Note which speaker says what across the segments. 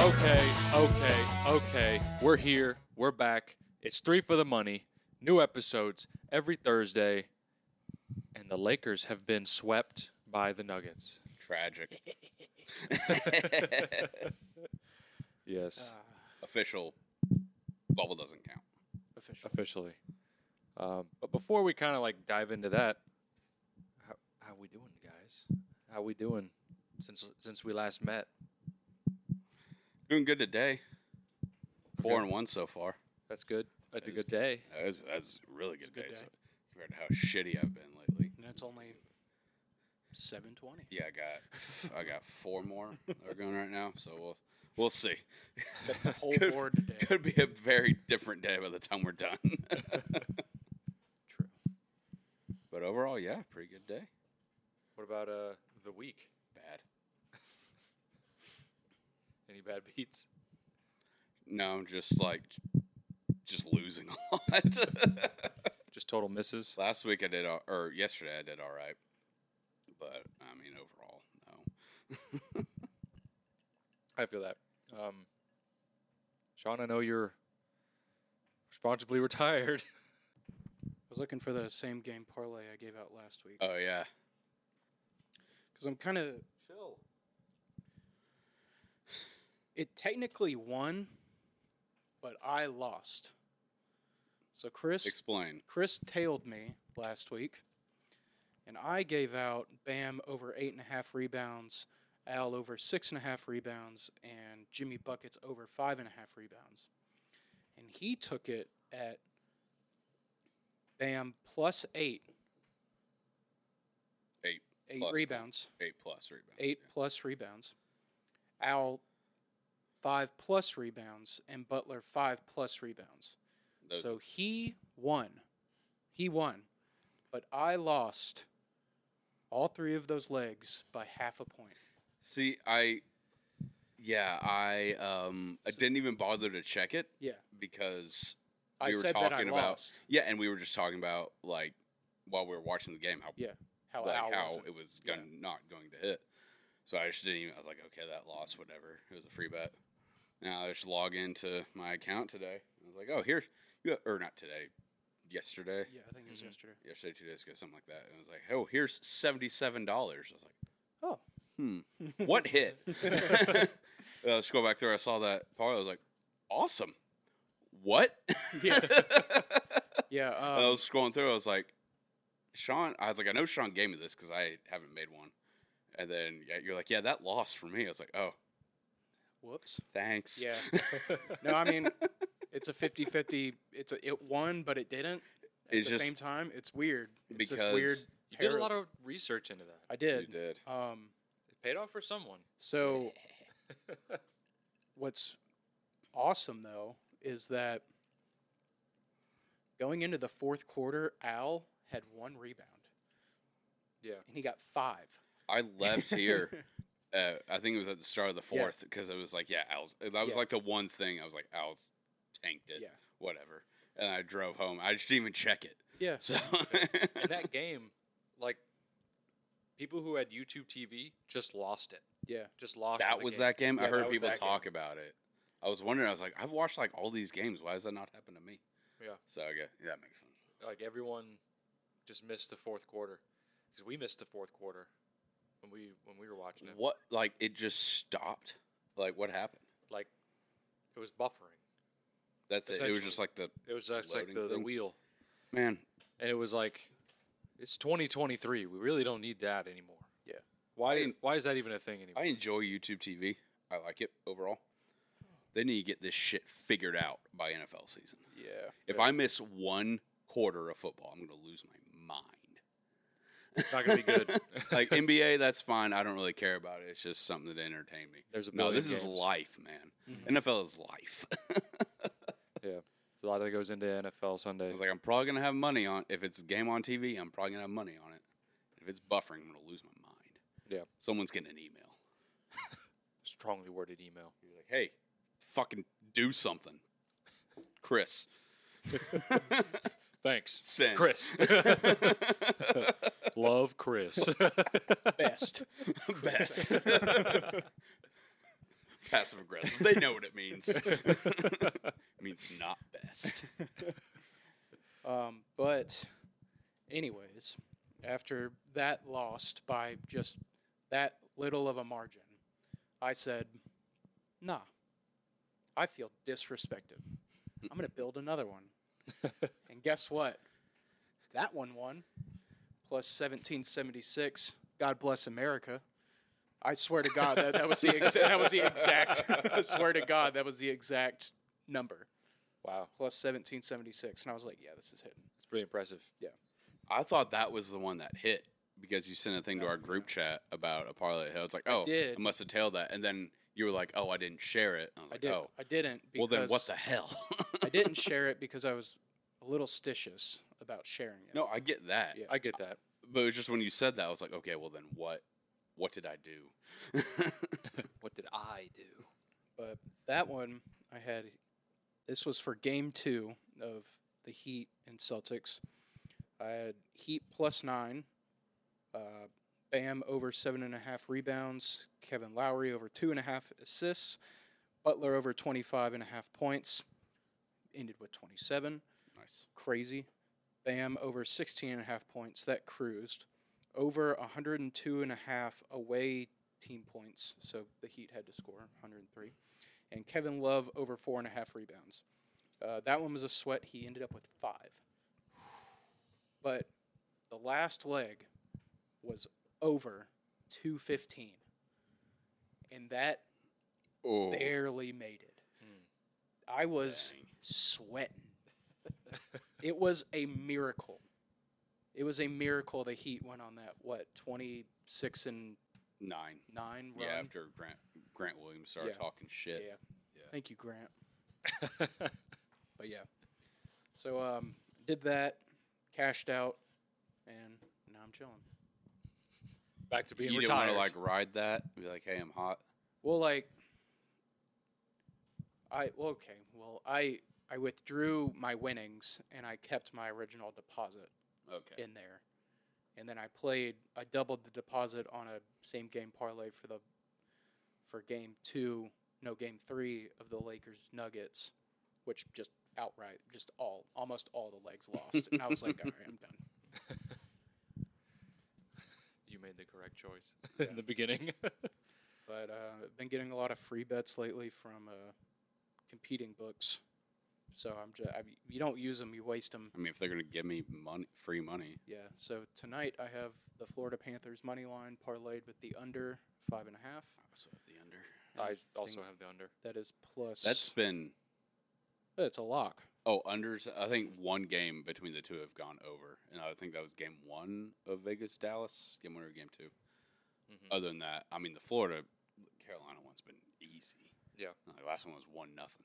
Speaker 1: Okay, okay, okay. We're here. We're back. It's three for the money. New episodes every Thursday. And the Lakers have been swept by the Nuggets.
Speaker 2: Tragic. Uh,
Speaker 1: Yes,
Speaker 2: Official bubble doesn't count.
Speaker 3: official.
Speaker 1: officially. Um, but before we kind of like dive into that, how, how we doing, guys? How we doing since since we last met?
Speaker 2: Doing good today. Four
Speaker 1: Okay.
Speaker 2: and one so far.
Speaker 1: That's good. That's a
Speaker 2: That is
Speaker 1: good day.
Speaker 2: That was, that's a really good,
Speaker 3: It's a good
Speaker 2: day,
Speaker 3: day.
Speaker 2: so- compared to how shitty I've been lately.
Speaker 3: And it's only seven twenty.
Speaker 2: Yeah, I got I got four more that are going right now, so we'll we'll see.
Speaker 3: Whole
Speaker 2: Could-
Speaker 3: board today.
Speaker 2: Could be a very different day by the time we're done.
Speaker 3: True.
Speaker 2: but overall, yeah, pretty good day.
Speaker 1: What about uh the week?
Speaker 2: Bad.
Speaker 1: Any bad beats?
Speaker 2: No, just like just losing a lot.
Speaker 1: Just total misses.
Speaker 2: Last week I did, all, or yesterday I did all right, but I mean overall, no.
Speaker 1: I feel that. Um, Sean, I know you're responsibly retired.
Speaker 3: I was looking for the same game parlay I gave out last week
Speaker 2: Oh yeah,
Speaker 3: because I'm kind of
Speaker 2: chill.
Speaker 3: it technically won, but I lost. So Chris
Speaker 2: Explain.
Speaker 3: Chris tailed me last week, and I gave out Bam over eight and a half rebounds, Al over six and a half rebounds, and Jimmy Buckets over five and a half rebounds. And he took it at Bam plus eight.
Speaker 2: Eight
Speaker 3: Eight
Speaker 2: plus.
Speaker 3: rebounds.
Speaker 2: Eight plus rebounds.
Speaker 3: Eight plus rebounds. Al five plus rebounds, and Butler five plus rebounds.
Speaker 2: Yeah. Those-
Speaker 3: So he won. He won. But I lost all three of those legs by half a point.
Speaker 2: see, I, yeah, I, um, I
Speaker 3: So-
Speaker 2: didn't even bother to check it
Speaker 3: Yeah.
Speaker 2: because
Speaker 3: I
Speaker 2: We were
Speaker 3: said that I
Speaker 2: talking about
Speaker 3: lost.
Speaker 2: yeah, and we were just talking about like while we were watching the game how
Speaker 3: Yeah, How
Speaker 2: like,
Speaker 3: Al
Speaker 2: how
Speaker 3: wasn't.
Speaker 2: it was
Speaker 3: Yeah.
Speaker 2: going not going to hit. So I just didn't even. I was like, okay, that loss, whatever. It was a free bet. Now I just log into my account today. I was like, oh, here you or not today, yesterday,
Speaker 3: Yeah, I think it was
Speaker 1: Mhm.
Speaker 3: yesterday.
Speaker 2: yesterday, two days ago, something like that. And I was like, oh, here's seventy seven dollars. I was like,
Speaker 3: Oh.
Speaker 2: hmm, what hit? uh, scroll back through. I saw that parlay. I was like, awesome. What?
Speaker 3: Yeah. yeah.
Speaker 2: I
Speaker 3: Um,
Speaker 2: was scrolling through. I was like, Sean. I was like, I know Sean gave me this because I haven't made one. And then yeah, you're like, yeah, that lost for me. I was like, oh,
Speaker 3: whoops.
Speaker 2: thanks.
Speaker 3: Yeah. No, I mean, it's a 50 50. It's a, it won, but it didn't. At
Speaker 2: It's
Speaker 3: the
Speaker 2: just
Speaker 3: same time, it's weird. It's
Speaker 2: because
Speaker 3: this weird.
Speaker 1: You did a
Speaker 3: Harold-
Speaker 1: lot of research into that.
Speaker 3: I
Speaker 2: you
Speaker 3: did.
Speaker 2: did.
Speaker 3: Um,
Speaker 1: It paid off for someone.
Speaker 3: so what's awesome though is that going into the fourth quarter, Al had one rebound
Speaker 1: yeah.
Speaker 3: and he got five.
Speaker 2: I left here. Uh, I think it was at the start of the fourth because it was like, yeah, Al's. That was
Speaker 3: Yeah.
Speaker 2: like the one thing I was like, Al's tanked it.
Speaker 3: yeah,
Speaker 2: Whatever. And I drove home. I just didn't even check it.
Speaker 3: yeah,
Speaker 2: So
Speaker 1: In that game, like people who had YouTube TV just lost it.
Speaker 3: yeah.
Speaker 1: Just lost.
Speaker 2: that
Speaker 1: the
Speaker 2: was
Speaker 1: game.
Speaker 2: that game. I
Speaker 3: Yeah, that
Speaker 2: heard
Speaker 3: was
Speaker 2: people
Speaker 3: that game.
Speaker 2: talk about it. I was wondering. I was like, I've watched like all these games. Why has that not happened to me?
Speaker 1: Yeah.
Speaker 2: So I guess yeah, that makes sense.
Speaker 1: Like everyone just missed the fourth quarter because we missed the fourth quarter when we when we were watching it.
Speaker 2: What like it just stopped? Like what happened?
Speaker 1: Like it was buffering.
Speaker 2: That's it. It was
Speaker 1: Essentially.
Speaker 2: just like the
Speaker 1: It was just like
Speaker 2: Loading
Speaker 1: the, the
Speaker 2: thing.
Speaker 1: wheel.
Speaker 2: man.
Speaker 1: and it was like it's 2023 we really don't need that anymore
Speaker 3: Yeah.
Speaker 1: why
Speaker 2: I-
Speaker 1: why is that even a thing anymore
Speaker 2: I enjoy YouTube TV. I like it overall. They need to get this shit figured out by NFL season.
Speaker 3: Yeah.
Speaker 2: If I miss one quarter of football, I'm gonna lose my mind.
Speaker 1: it's not gonna be good
Speaker 2: Like NBA, that's fine. I don't really care about it. It's just something to entertain me.
Speaker 1: there's a
Speaker 2: No,
Speaker 1: billion
Speaker 2: this is
Speaker 1: games. Mm-hmm.
Speaker 2: life, man.
Speaker 3: Mhm.
Speaker 2: NFL is life.
Speaker 1: There's a lot that goes into nfl sunday
Speaker 2: I was like, I'm probably gonna have money on if it's a game on TV. I'm probably gonna have money on it. If it's buffering, I'm gonna lose my mind.
Speaker 1: Yeah.
Speaker 2: someone's getting an email.
Speaker 1: strongly worded email
Speaker 2: You're like, hey, fucking do something, Chris.
Speaker 1: thanks
Speaker 2: Send
Speaker 1: chris
Speaker 2: Best.
Speaker 1: love chris
Speaker 3: Best.
Speaker 1: Chris.
Speaker 2: Passive aggressive. They know what it means. it means not best.
Speaker 3: Um, but, anyways, after that lost by just that little of a margin, I said, nah, I feel disrespected. I'm going to build another one. and guess what? That one won. Plus 1776. God bless America. I swear to God that, that was the exa- that was the exact. I swear to God that was the exact number
Speaker 1: Wow,
Speaker 3: plus 1776 and i was like yeah this is hidden
Speaker 1: it's pretty impressive.
Speaker 2: I thought that was the one that hit because you sent a thing to
Speaker 3: No,
Speaker 2: our group chat about a parlay. I was like, oh, I,
Speaker 3: did.
Speaker 2: must have tailed that. And then you were like, oh, I didn't share it. And I was
Speaker 3: i
Speaker 2: like,
Speaker 3: did
Speaker 2: oh,
Speaker 3: i didn't
Speaker 2: well,
Speaker 3: because
Speaker 2: then what the hell?
Speaker 3: i didn't share it because i was a little stitious about sharing it
Speaker 2: No, I get that.
Speaker 3: Yeah.
Speaker 1: I get that.
Speaker 2: But it was just when you said that, I was like, okay, well, then what? What did I do?
Speaker 1: What did I do?
Speaker 3: but that one i had this was for game two of the heat and celtics i had heat plus nine uh, bam over seven and a half rebounds kevin lowry over two and a half assists butler over 25 and a half points ended with 27
Speaker 2: nice.
Speaker 3: crazy. Bam over 16 and a half points. That cruised. Over 102 and a half away team points. So the Heat had to score 103. And Kevin Love over four and a half rebounds. Uh, that one was a sweat. He ended up with five. But the last leg was over 215. And that
Speaker 2: Oh,
Speaker 3: barely made it.
Speaker 1: Mm.
Speaker 3: I was
Speaker 2: dang.
Speaker 3: sweating. it was a miracle. It was a miracle the Heat went on that what twenty six and
Speaker 2: nine.
Speaker 3: nine run.
Speaker 2: Yeah, after Grant Grant Williams started
Speaker 3: Yeah.
Speaker 2: talking shit.
Speaker 3: Yeah.
Speaker 2: Yeah.
Speaker 3: Thank you, Grant. But yeah, so um, did that, cashed out, and now I'm chilling.
Speaker 1: Back to being
Speaker 2: you didn't want
Speaker 1: retired.
Speaker 2: to like ride that. Be like, hey, I'm hot.
Speaker 3: Well, like, I well, okay. Well, I I withdrew my winnings and I kept my original deposit.
Speaker 2: Okay.
Speaker 3: in there. And then I played. I doubled the deposit on a same game parlay for the for game two, no game three of the Lakers Nuggets, which just outright, just all almost all the legs lost. and I was like, all right, I'm done.
Speaker 1: you made the correct choice
Speaker 3: Yeah.
Speaker 1: in the beginning.
Speaker 3: But uh, I've been getting a lot of free bets lately from uh, competing books. So I'm just I, you don't use them, you waste them.
Speaker 2: I mean, if they're gonna give me money, free money,
Speaker 3: Yeah. So tonight I have the Florida Panthers money line parlayed with the under five and a half.
Speaker 2: I also have the under.
Speaker 1: I
Speaker 3: think
Speaker 1: also have the under.
Speaker 3: that is plus.
Speaker 2: That's been
Speaker 3: It's a lock.
Speaker 2: oh unders. I think one game between the two have gone over, and I think that was game one of Vegas Dallas, game one or game 2
Speaker 1: Mhm.
Speaker 2: Other than that, I mean, the Florida Carolina one's been easy.
Speaker 1: Yeah.
Speaker 2: the last one was one nothing.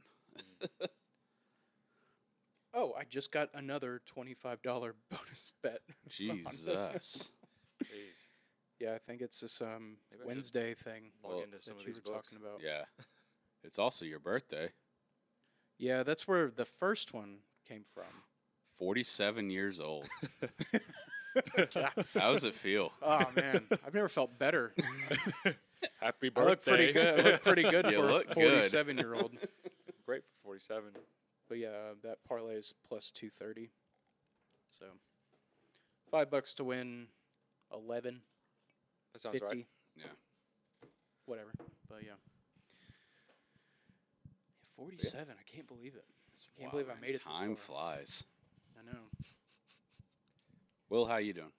Speaker 3: Oh, I just got another twenty-five dollar bonus bet.
Speaker 2: Jesus.
Speaker 1: Jeez.
Speaker 3: Yeah, I think it's this um,
Speaker 1: Maybe I should
Speaker 3: Wednesday thing
Speaker 1: Log
Speaker 2: Well,
Speaker 1: into
Speaker 3: that
Speaker 1: some of
Speaker 3: you
Speaker 1: these
Speaker 3: were
Speaker 1: books.
Speaker 3: talking about. Yeah.
Speaker 2: yeah. It's also your birthday.
Speaker 3: that's where the first one came from.
Speaker 2: Forty-seven years old. How does it feel?
Speaker 3: oh man, I've never felt better.
Speaker 1: Happy
Speaker 3: I
Speaker 1: birthday.
Speaker 3: look pretty good. I look pretty good
Speaker 2: You
Speaker 3: for
Speaker 2: look
Speaker 3: a
Speaker 2: good.
Speaker 3: forty-seven-year-old.
Speaker 1: Great for 47.
Speaker 3: But yeah, that parlay is plus two thirty. So five bucks to win eleven.
Speaker 1: That sounds
Speaker 3: 50
Speaker 1: right.
Speaker 2: Yeah.
Speaker 3: whatever but yeah 47 i can't believe it Can't believe I
Speaker 2: Wow,
Speaker 3: made it this
Speaker 2: Time
Speaker 3: far.
Speaker 2: flies.
Speaker 3: i know
Speaker 2: Will, how you doing?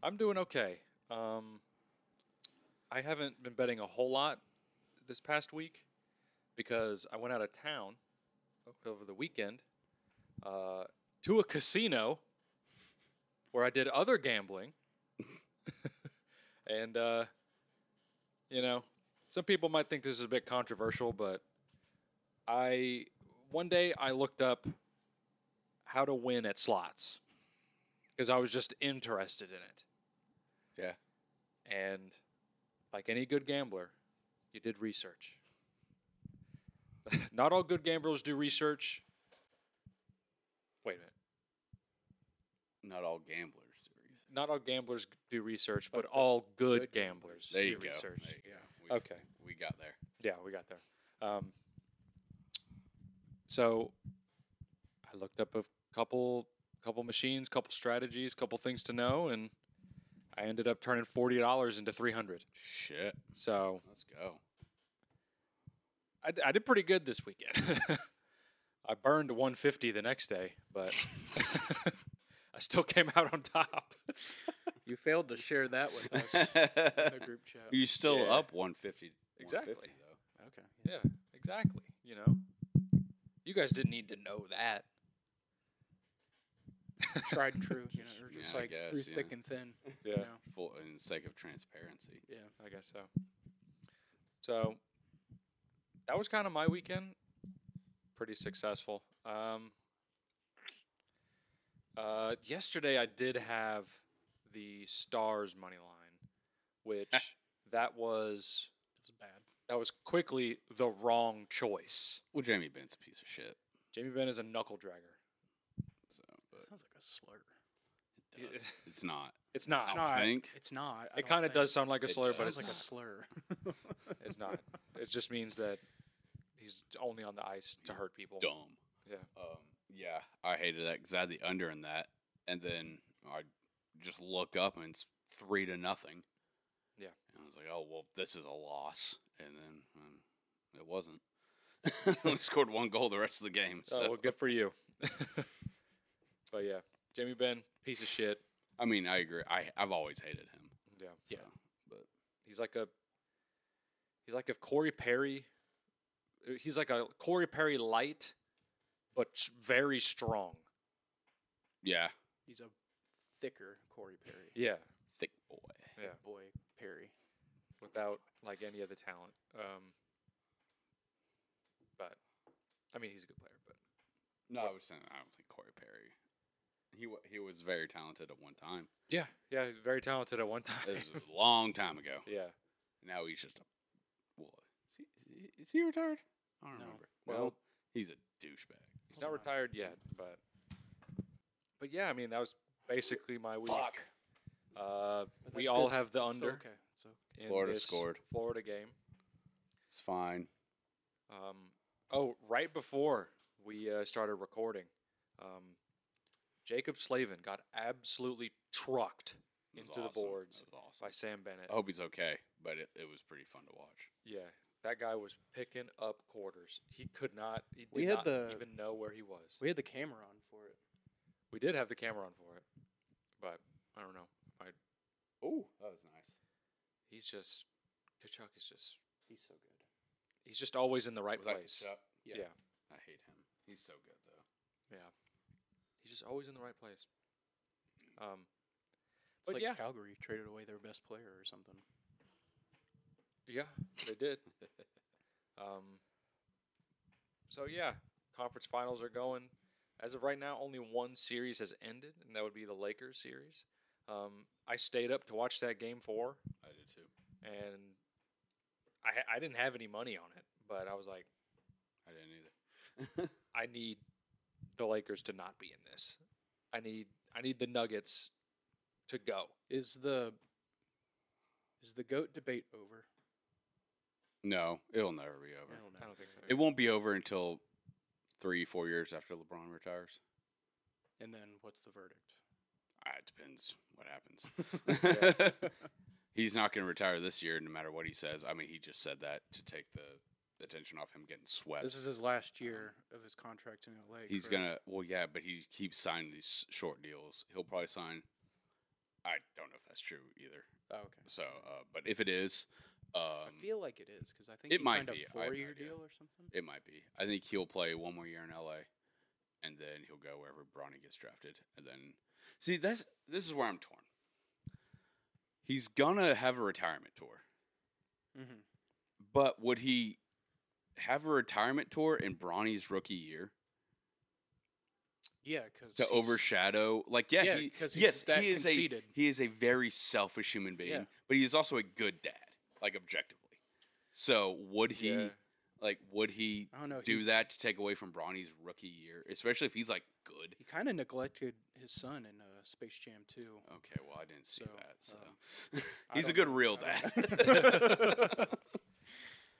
Speaker 1: I'm doing okay. Um, I haven't been betting a whole lot this past week because I went out of town o- over the weekend uh, to a casino where I did other gambling. and, uh, you know, some people might think this is a bit controversial, but I, one day I looked up how to win at slots because I was just interested in it.
Speaker 2: Yeah.
Speaker 1: And like any good gambler, you did research. Not all good gamblers do research. Wait a minute.
Speaker 2: Not all gamblers do research.
Speaker 1: Not all gamblers do research, but
Speaker 3: But the
Speaker 1: all good,
Speaker 3: good
Speaker 1: gamblers
Speaker 2: There
Speaker 1: do
Speaker 2: you go.
Speaker 1: research.
Speaker 2: There you go.
Speaker 3: Yeah.
Speaker 2: We-
Speaker 1: Okay.
Speaker 2: We got there.
Speaker 1: Yeah, we got there. Um, so I looked up a couple couple machines, couple strategies, couple things to know, and I ended up turning forty dollars into three hundred.
Speaker 2: Shit.
Speaker 1: So
Speaker 2: Let's go.
Speaker 1: I, d- I did pretty good this weekend. I burned one fifty the next day, but I still came out on top.
Speaker 3: You failed to share that with us in the group chat.
Speaker 2: you still
Speaker 1: Yeah.
Speaker 2: up 150.
Speaker 1: Exactly.
Speaker 2: 150, though.
Speaker 3: Okay.
Speaker 1: Yeah, exactly. You know, you guys didn't need to know that.
Speaker 3: Tried and true. You know, or
Speaker 2: Yeah,
Speaker 3: just
Speaker 2: I
Speaker 3: like
Speaker 2: guess,
Speaker 3: through
Speaker 2: yeah.
Speaker 3: thick and thin.
Speaker 1: Yeah,
Speaker 3: You know?
Speaker 2: For in the sake of transparency.
Speaker 3: Yeah.
Speaker 1: I guess so. So that was kind of my weekend. Pretty successful. Um, uh, yesterday, I did have the Stars money line, which that was
Speaker 3: It was bad.
Speaker 1: that was quickly the wrong choice.
Speaker 2: Well, Jamie Bent's a piece of shit.
Speaker 1: Jamie Benn is a knuckle dragger.
Speaker 2: So, but
Speaker 3: Sounds like a slur.
Speaker 2: it does. it's not.
Speaker 1: It's not.
Speaker 2: I
Speaker 3: It's
Speaker 2: don't
Speaker 3: not.
Speaker 2: think.
Speaker 3: It's not. I
Speaker 1: It
Speaker 3: don't
Speaker 1: kind of
Speaker 3: think.
Speaker 1: does sound like a
Speaker 2: It
Speaker 1: slur, but it's
Speaker 3: Sounds like a
Speaker 1: not.
Speaker 3: slur.
Speaker 1: It's not. It just means that he's only on the ice to hurt people.
Speaker 2: dumb.
Speaker 1: Yeah.
Speaker 2: Um, yeah, I hated that because I had the under in that, and then I just look up and it's three to nothing.
Speaker 1: Yeah.
Speaker 2: And I was like, oh well, this is a loss, and then um, it wasn't. Only scored one goal the rest of the game. So
Speaker 1: Oh, well, good for you. but yeah, Jamie Ben, piece of shit.
Speaker 2: I mean, I agree. I I've always hated him.
Speaker 1: Yeah,
Speaker 3: Yeah.
Speaker 2: so, but
Speaker 1: he's like a he's like if Corey Perry, uh, he's like a Corey Perry light, but s- very strong.
Speaker 2: yeah,
Speaker 3: He's a thicker Corey Perry.
Speaker 1: Yeah,
Speaker 2: thick boy.
Speaker 1: yeah,
Speaker 3: Boy Perry.
Speaker 1: without like any of the talent. Um, but I mean, he's a good player. But
Speaker 2: No, I was saying I don't think Corey Perry. He wa- he was very talented at one time.
Speaker 1: yeah, yeah, he's very talented at one
Speaker 2: It
Speaker 1: time.
Speaker 2: was a long time ago.
Speaker 1: yeah,
Speaker 2: Now he's just a well. Is he, is he retired? I don't
Speaker 3: No.
Speaker 2: remember.
Speaker 1: Well-
Speaker 2: Well, he's a douchebag.
Speaker 1: he's
Speaker 3: Hold
Speaker 1: not
Speaker 3: on.
Speaker 1: retired yet, but but yeah, I mean, that was basically my week. Uh,
Speaker 3: But
Speaker 1: we
Speaker 3: that's
Speaker 1: all
Speaker 3: good.
Speaker 1: have the
Speaker 3: It's
Speaker 1: under.
Speaker 3: okay. So
Speaker 1: in
Speaker 2: Florida
Speaker 1: this
Speaker 2: scored.
Speaker 1: Florida game.
Speaker 2: It's fine.
Speaker 1: Um, oh, right before we uh, started recording, um, Jacob Slavin got absolutely trucked
Speaker 2: It was
Speaker 1: Into the
Speaker 2: awesome.
Speaker 1: boards.
Speaker 2: It was awesome.
Speaker 1: by Sam Bennett.
Speaker 2: I hope he's okay, but it, it was pretty fun to watch.
Speaker 1: Yeah, that guy was picking up quarters. He could not. He did
Speaker 3: We had
Speaker 1: not
Speaker 3: the-
Speaker 1: even know where he was.
Speaker 3: we had the camera on for it.
Speaker 1: We did have the camera on for it, but I don't know.
Speaker 2: Oh, that was nice.
Speaker 1: He's just Kachuk is just
Speaker 3: He's so good.
Speaker 1: he's just always in the right
Speaker 2: was that
Speaker 1: place.
Speaker 2: Kachuk?
Speaker 1: yeah.
Speaker 2: Yeah. I hate him. He's so good though.
Speaker 1: yeah, he's just always in the right place. Um,
Speaker 3: It's
Speaker 1: But
Speaker 3: like
Speaker 1: yeah.
Speaker 3: Calgary traded away their best player or something.
Speaker 1: Yeah, they did. um, so yeah, conference finals are going. As of right now, only one series has ended, and that would be the Lakers series. Um, I stayed up to watch that game four,
Speaker 2: I did too.
Speaker 1: and I ha- I didn't have any money on it, but I was like,
Speaker 2: I didn't either.
Speaker 1: I need the Lakers to not be in this. I need I need the Nuggets to go.
Speaker 3: Is the is the goat debate over?
Speaker 2: no, it'll never be over.
Speaker 3: I don't know.
Speaker 1: I don't think so.
Speaker 2: It won't be over until three, four years after LeBron retires.
Speaker 3: And then what's the verdict?
Speaker 2: Ah, it depends what happens. He's not going to retire this year, no matter what he says. I mean, he just said that to take the attention off him getting swept.
Speaker 3: This is his last year of his contract in LA.
Speaker 2: Uh, um, He's
Speaker 3: correct?
Speaker 2: gonna. Well, yeah, but he keeps signing these short deals. He'll probably sign. I don't know if that's true either.
Speaker 3: Oh, okay.
Speaker 2: So, uh, but if it is, um,
Speaker 3: I feel like it is because I think
Speaker 2: it
Speaker 3: he
Speaker 2: might
Speaker 3: signed
Speaker 2: be. I
Speaker 3: a
Speaker 2: have no
Speaker 3: four-year
Speaker 2: idea.
Speaker 3: deal or something.
Speaker 2: It might be. I think he'll play one more year in LA, and then he'll go wherever Bronny gets drafted. And then, see, that's this is where I'm torn. He's gonna have a retirement tour,
Speaker 3: Mm-hmm.
Speaker 2: but would he have a retirement tour in Bronny's rookie year
Speaker 3: Yeah, because
Speaker 2: to overshadow? Like, yeah,
Speaker 3: Yeah,
Speaker 2: he,
Speaker 3: 'cause he's
Speaker 2: yes,
Speaker 3: that
Speaker 2: he is
Speaker 3: conceited.
Speaker 2: a he is a very selfish human being,
Speaker 3: Yeah.
Speaker 2: but he is also a good dad, like objectively. So would he?
Speaker 1: yeah.
Speaker 2: Like, would he
Speaker 3: I don't know.
Speaker 2: do
Speaker 3: he,
Speaker 2: that to take away from Bronny's rookie year, especially if he's like good.
Speaker 3: He kind of neglected his son in uh, Space Jam too.
Speaker 2: Okay, well I didn't see
Speaker 3: So,
Speaker 2: that. So
Speaker 3: um, I
Speaker 2: he's a
Speaker 3: don't
Speaker 2: good
Speaker 3: know.
Speaker 2: real
Speaker 3: I
Speaker 2: dad.
Speaker 3: don't know.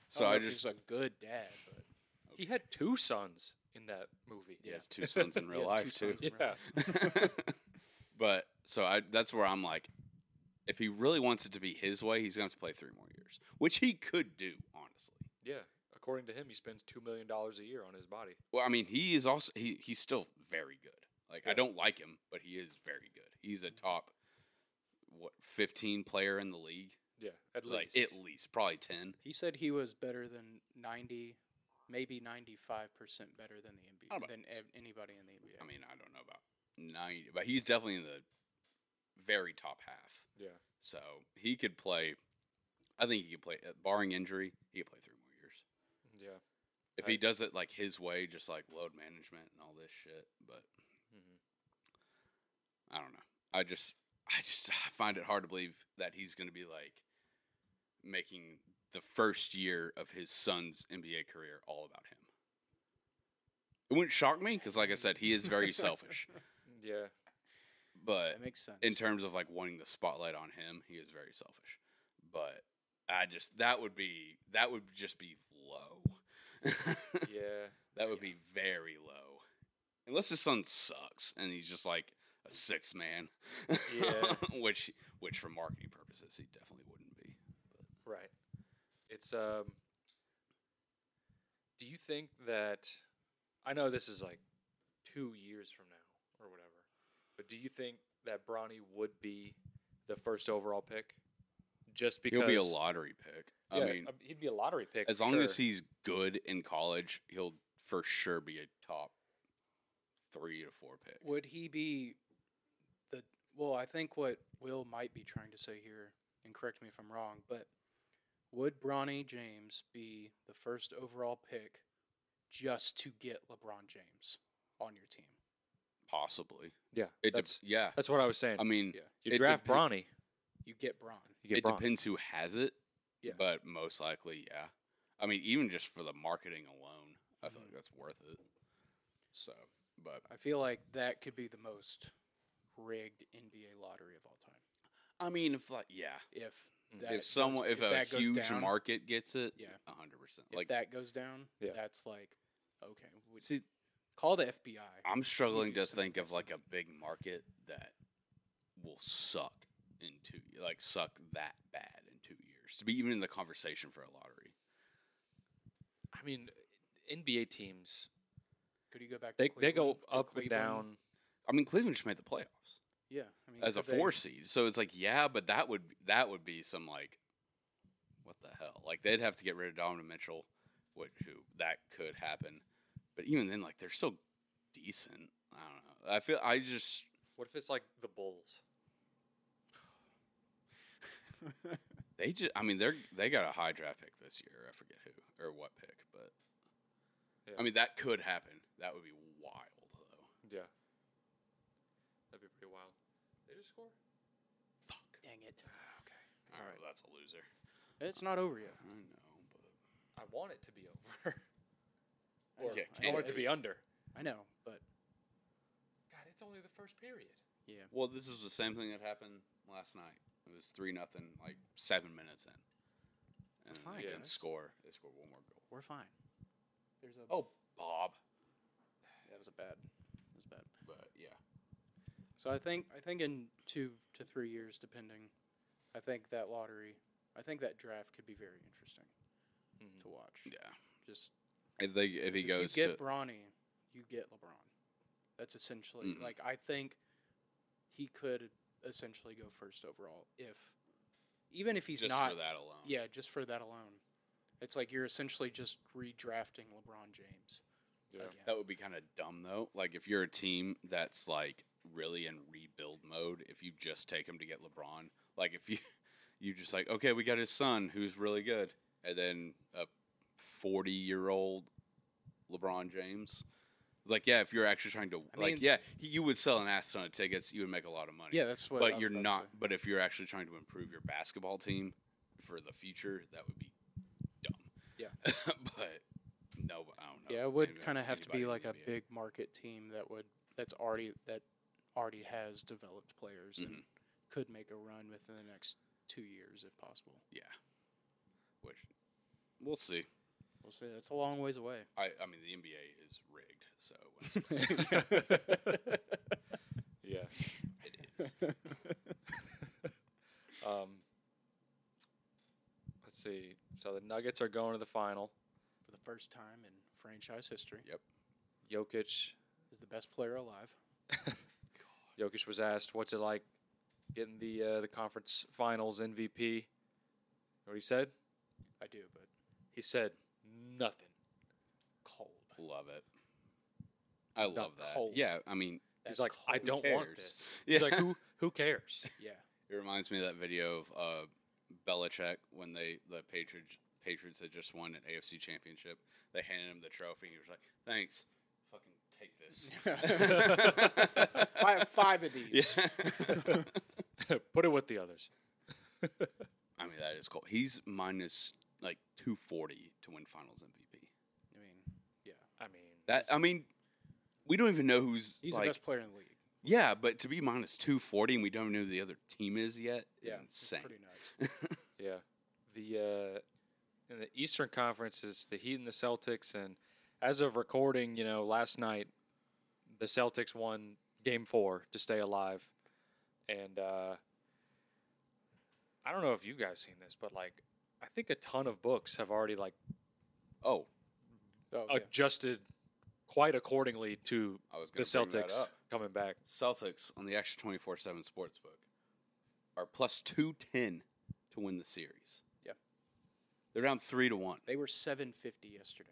Speaker 2: So
Speaker 3: don't know
Speaker 2: I
Speaker 3: if
Speaker 2: just
Speaker 3: he's a good dad, but
Speaker 1: He had two sons in that movie.
Speaker 2: he has two sons in
Speaker 3: He
Speaker 2: real
Speaker 3: has two
Speaker 2: life too.
Speaker 3: sons.
Speaker 1: Yeah.
Speaker 3: in real
Speaker 2: but so I that's where I'm like, if he really wants it to be his way, he's gonna have to play three more years, which he could do honestly.
Speaker 1: Yeah. According to him, he spends $2 million a year on his body.
Speaker 2: Well, I mean, he is also he he's still very good. Like I
Speaker 1: Yeah.
Speaker 2: don't like him, but he is very good. He's a top what fifteen player in the league,
Speaker 1: Yeah. At
Speaker 2: like
Speaker 1: least.
Speaker 2: at least probably ten.
Speaker 3: he said he was better than 90, maybe 95 percent better than the
Speaker 2: How about-
Speaker 3: NBA than ev- anybody in the NBA.
Speaker 2: I mean, I don't know about ninety, but he's definitely in the very top half.
Speaker 1: Yeah.
Speaker 2: So he could play. I think he could play, barring injury, he could play three more years.
Speaker 1: Yeah.
Speaker 2: If
Speaker 1: I-
Speaker 2: he does it like his way, just like load management and all this shit. But
Speaker 1: hmm
Speaker 2: I don't know. I just, I just I find it hard to believe that he's going to be like making the first year of his son's NBA career all about him. It wouldn't shock me because, like I said, he is very selfish.
Speaker 1: Yeah.
Speaker 2: But
Speaker 3: that makes sense.
Speaker 2: in terms of like wanting the spotlight on him, he is very selfish. But I just that would be that would just be low.
Speaker 1: Yeah.
Speaker 2: that would be very low. Unless his son sucks and he's just like a six man.
Speaker 1: Yeah.
Speaker 2: which which for marketing purposes he definitely wouldn't be.
Speaker 1: Right. It's um do you think that I know this is like 2 years from now or whatever. But do you think that Bronny would be the first overall pick? Just because
Speaker 2: he'll be a lottery pick. I
Speaker 1: yeah,
Speaker 2: mean,
Speaker 1: uh, he'd be a lottery pick
Speaker 2: as long as
Speaker 1: sure.
Speaker 2: he's good in college, he'll for sure be a top three to four pick.
Speaker 3: Would he be the well, I think what Will might be trying to say here, and correct me if I'm wrong, but would Bronny James be the first overall pick just to get LeBron James on your team?
Speaker 2: Possibly.
Speaker 1: Yeah.
Speaker 2: It de-
Speaker 1: that's
Speaker 2: yeah.
Speaker 1: that's what I was saying.
Speaker 2: I mean,
Speaker 3: Yeah.
Speaker 1: you
Speaker 2: it
Speaker 1: draft
Speaker 2: depen-
Speaker 1: Bronny,
Speaker 3: You get Bron.
Speaker 1: you get
Speaker 2: it
Speaker 1: Bron.
Speaker 2: depends who has it.
Speaker 3: Yeah.
Speaker 2: But most likely, yeah. I mean, even just for the marketing alone, I feel
Speaker 3: Mhm.
Speaker 2: like that's worth it. So, but
Speaker 3: I feel like that could be the most rigged NBA lottery of all time.
Speaker 2: I mean, if like, yeah,
Speaker 3: If
Speaker 1: Mm.
Speaker 3: that
Speaker 2: if someone,
Speaker 3: goes,
Speaker 2: if a
Speaker 3: that goes
Speaker 2: huge
Speaker 3: down,
Speaker 2: market gets it,
Speaker 3: Yeah.
Speaker 2: a hundred percent.
Speaker 3: if
Speaker 2: Like,
Speaker 3: that goes down,
Speaker 1: Yeah.
Speaker 3: that's like okay. we-
Speaker 2: see,
Speaker 3: call the FBI.
Speaker 2: I'm struggling
Speaker 3: do
Speaker 2: to
Speaker 3: some
Speaker 2: think of like a
Speaker 3: investment.
Speaker 2: big market that will suck in two, like suck that bad in two years to be even in the conversation for a lottery.
Speaker 1: I mean NBA teams
Speaker 3: Could you go back?
Speaker 1: they
Speaker 3: to
Speaker 1: they go
Speaker 3: Cleveland? Could
Speaker 1: up and
Speaker 3: Cleveland-
Speaker 1: down.
Speaker 2: I mean, Cleveland just made the playoffs.
Speaker 3: Yeah, I mean,
Speaker 2: as a
Speaker 3: could they-
Speaker 2: four seed. So it's like, yeah, but that would that would be some like, what the hell? Like they'd have to get rid of Donovan Mitchell, which who that could happen. But even then, like they're still decent. I don't know. I feel I just
Speaker 1: What if it's like the Bulls?
Speaker 2: they just I mean they're they got a high draft pick this year. I forget who or what pick, but
Speaker 1: Yeah.
Speaker 2: I mean that could happen. That would be wild though.
Speaker 1: Yeah. That'd be pretty wild. They just score?
Speaker 2: Fuck.
Speaker 3: Dang it!
Speaker 2: All right,
Speaker 1: Alright.
Speaker 2: that's a loser.
Speaker 3: It's not over yet.
Speaker 2: I know, but
Speaker 1: I want it to be over.
Speaker 3: I
Speaker 1: or
Speaker 3: know,
Speaker 2: can't-
Speaker 1: I
Speaker 2: can't
Speaker 1: want it to
Speaker 3: I-
Speaker 1: be under.
Speaker 3: I know, but
Speaker 1: God, it's only the first period.
Speaker 3: yeah,
Speaker 2: well, this is the same thing that happened last night. It was three nothing, like seven minutes in. And
Speaker 3: fine,
Speaker 2: they didn't
Speaker 3: guys.
Speaker 2: score. They scored one more goal.
Speaker 3: we're fine. There's a
Speaker 2: Oh, Bob.
Speaker 3: that was a bad, that was bad.
Speaker 2: But yeah,
Speaker 3: So I think I think in two to three years, depending, I think that lottery, I think that draft could be very interesting
Speaker 1: Mm.
Speaker 3: to watch.
Speaker 2: yeah.
Speaker 3: Just
Speaker 2: If they if he
Speaker 3: 'cause
Speaker 2: goes
Speaker 3: you
Speaker 2: to
Speaker 3: get Bronny, you get LeBron. That's essentially
Speaker 2: Mhm.
Speaker 3: like I think he could essentially go first overall if, even if he's
Speaker 2: just
Speaker 3: not
Speaker 2: for that alone,
Speaker 3: Yeah, just for that alone. It's like you're essentially just redrafting LeBron James.
Speaker 1: Yeah.
Speaker 3: again.
Speaker 2: that would be kind of dumb though. Like if you're a team that's like really in rebuild mode, if you just take him to get LeBron, like if you you just like okay, we got his son who's really good, and then a forty year old LeBron James. Like yeah, if you're actually trying to
Speaker 3: I
Speaker 2: like
Speaker 3: mean-
Speaker 2: yeah, he, you would sell an ass ton of tickets, you would make a lot of money.
Speaker 3: Yeah, that's what. I
Speaker 2: but
Speaker 3: was
Speaker 2: you're
Speaker 3: about to
Speaker 2: not.
Speaker 3: say.
Speaker 2: But if you're actually trying to improve your basketball team for the future, that would be dumb.
Speaker 3: Yeah.
Speaker 2: but no, I don't know.
Speaker 3: Yeah,
Speaker 2: if
Speaker 3: it would
Speaker 2: anybody-
Speaker 3: kind of have to
Speaker 2: anybody
Speaker 3: be
Speaker 2: in
Speaker 3: like
Speaker 2: the
Speaker 3: a
Speaker 2: NBA.
Speaker 3: big market team that would that's already that already has developed players and
Speaker 2: Mm-hmm.
Speaker 3: could make a run within the next two years if possible.
Speaker 2: Yeah. Which We'll see.
Speaker 3: We'll see. That's a long ways away.
Speaker 2: I, I mean, the NBA is rigged, so when it's-
Speaker 1: Mm-hmm. Yeah.
Speaker 2: it is.
Speaker 1: Um, let's see. So the Nuggets are going to the final.
Speaker 3: For the first time in franchise history,
Speaker 1: Jokic.
Speaker 3: is the best player alive.
Speaker 1: Jokic was asked, "What's it like getting the uh, the conference finals MVP?" You know what he said?
Speaker 3: I do, but
Speaker 1: He said nothing.
Speaker 3: cold.
Speaker 2: Love it. I love that.
Speaker 3: cold.
Speaker 2: Yeah, I mean,
Speaker 1: He's
Speaker 3: That's
Speaker 1: like, "I
Speaker 3: cold.
Speaker 1: don't want
Speaker 2: cares?"
Speaker 1: this."
Speaker 2: yeah.
Speaker 1: He's like, "Who who cares?"
Speaker 3: Yeah.
Speaker 2: It reminds me of that video of uh, Belichick when they the Patriots Patriots had just won an AFC championship. They handed him the trophy. He was like, "Thanks, fucking take this."
Speaker 3: I have five of these.
Speaker 2: Yeah.
Speaker 1: Put it with the others.
Speaker 2: I mean, that is cool. He's minus like 240 to win Finals MVP.
Speaker 3: I mean,
Speaker 1: I mean,
Speaker 2: That I
Speaker 3: um,
Speaker 2: mean, we don't even know who's
Speaker 3: he's the
Speaker 2: like.
Speaker 3: best player in the league.
Speaker 2: Yeah, but to be minus 240 and we don't know who the other team is yet is
Speaker 3: Yeah, it's
Speaker 2: insane.
Speaker 3: pretty nuts.
Speaker 1: yeah. The uh, in the Eastern Conference is the Heat and the Celtics, and as of recording, you know, last night the Celtics won Game Four to stay alive, and uh, I don't know if you guys seen this, but like I think a ton of books have already like
Speaker 2: Oh,
Speaker 3: Oh, yeah.
Speaker 1: adjusted quite accordingly to
Speaker 2: I was
Speaker 1: the
Speaker 2: going to bring that
Speaker 1: Celtics
Speaker 2: up.
Speaker 1: coming back.
Speaker 2: Celtics on the Action 24 7 sportsbook are plus 210 to win the series.
Speaker 3: Yeah.
Speaker 2: They're down 3 to 1.
Speaker 3: They were 750 yesterday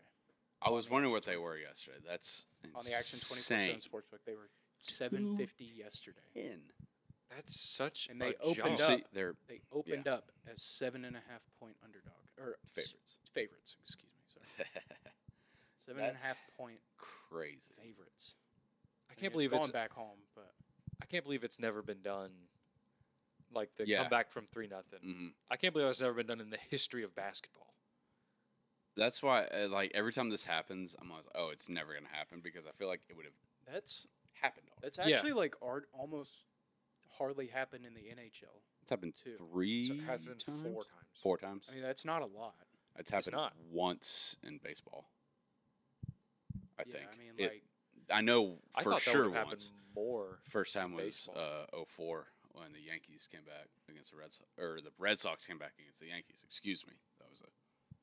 Speaker 2: I was
Speaker 3: the
Speaker 2: wondering
Speaker 3: Action
Speaker 2: what they were yesterday. That's
Speaker 3: on the Action 24/7 Sportsbook. They were 750 yesterday.
Speaker 2: 10.
Speaker 1: That's such
Speaker 3: And they
Speaker 1: a
Speaker 3: opened
Speaker 1: jump.
Speaker 3: up-
Speaker 2: Oh, See, they're
Speaker 3: They opened up as seven and a half point underdog or s-
Speaker 2: favorites.
Speaker 3: favorites. Excuse me. Sorry. Seven and a half
Speaker 2: That's-
Speaker 3: point
Speaker 2: Crazy.
Speaker 3: favorites.
Speaker 1: I
Speaker 3: mean,
Speaker 1: can't believe
Speaker 3: gone
Speaker 1: it's
Speaker 3: back home, but
Speaker 1: I can't believe it's never been done. Like the
Speaker 2: Yeah.
Speaker 1: comeback from three nothing.
Speaker 2: hmm
Speaker 1: I can't believe that's never been done in the history of basketball.
Speaker 2: That's why, uh, like, every time this happens, I'm always, oh, it's never going to happen because I feel like it would have
Speaker 3: that's
Speaker 2: happened already.
Speaker 3: that's
Speaker 1: Yeah.
Speaker 3: actually like art almost hardly happened in the NHL.
Speaker 2: It's happened
Speaker 3: Two. So
Speaker 2: three
Speaker 1: So it has been
Speaker 2: times?
Speaker 1: four times.
Speaker 2: Four times.
Speaker 3: I mean, that's not a lot.
Speaker 2: it's happened
Speaker 1: not.
Speaker 2: once in baseball. I
Speaker 3: yeah,
Speaker 2: think.
Speaker 3: I mean,
Speaker 2: It-
Speaker 3: like
Speaker 2: I know
Speaker 1: I
Speaker 2: for
Speaker 1: thought
Speaker 2: sure
Speaker 1: that would happen
Speaker 2: once.
Speaker 1: more.
Speaker 2: First time was
Speaker 1: baseball.
Speaker 2: uh, 04 when the Yankees came back against the Red Sox, or the Red Sox came back against the Yankees. Excuse me, that was a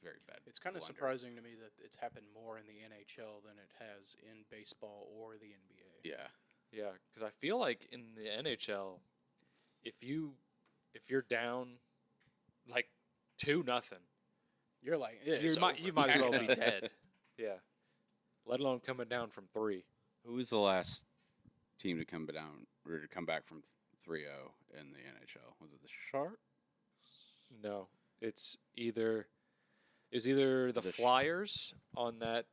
Speaker 2: very bad.
Speaker 3: it's kind of
Speaker 2: blunder.
Speaker 3: surprising to me that it's happened more in the NHL than it has in baseball or the NBA.
Speaker 2: Yeah,
Speaker 1: Yeah, because I feel like in the NHL, if you if you're down like two nothing,
Speaker 3: You're like, yeah,
Speaker 1: you
Speaker 3: it's
Speaker 1: might
Speaker 3: over.
Speaker 1: you might as well be dead. Yeah, let alone coming down from three.
Speaker 2: who was the last team to come down or to come back from 3-0 in the NHL? Was it the Sharks?
Speaker 1: No, it's either it's either the,
Speaker 2: The sh-
Speaker 1: Flyers on that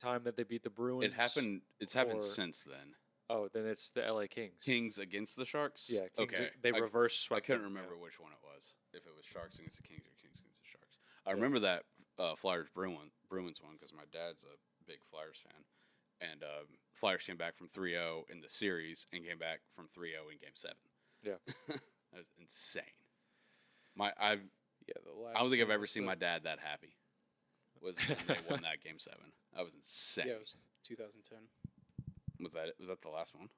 Speaker 1: time that they beat the Bruins.
Speaker 2: It happened. It's happened
Speaker 1: or-
Speaker 2: since then.
Speaker 1: Oh, then it's the LA Kings.
Speaker 2: Kings against the Sharks.
Speaker 1: Yeah, Kings,
Speaker 2: okay.
Speaker 1: They
Speaker 2: I,
Speaker 1: reverse
Speaker 2: I
Speaker 1: swept.
Speaker 2: couldn't
Speaker 1: them, yeah.
Speaker 2: remember which one it was. If it was Sharks against the Kings or Kings against the Sharks. I remember that uh, Flyers Bruin, Bruins one because my dad's a big Flyers fan. And um, Flyers came back from 3 0 in the series and came back from 3 0 in game seven.
Speaker 1: Yeah.
Speaker 2: that was insane. My I've,
Speaker 3: Yeah, the last
Speaker 2: I don't think I've
Speaker 3: time
Speaker 2: ever
Speaker 3: was
Speaker 2: seen
Speaker 3: the-
Speaker 2: my dad that happy. Was when they won that game seven. That was insane.
Speaker 3: Yeah, it was 2010.
Speaker 2: was that it? Was that the last one?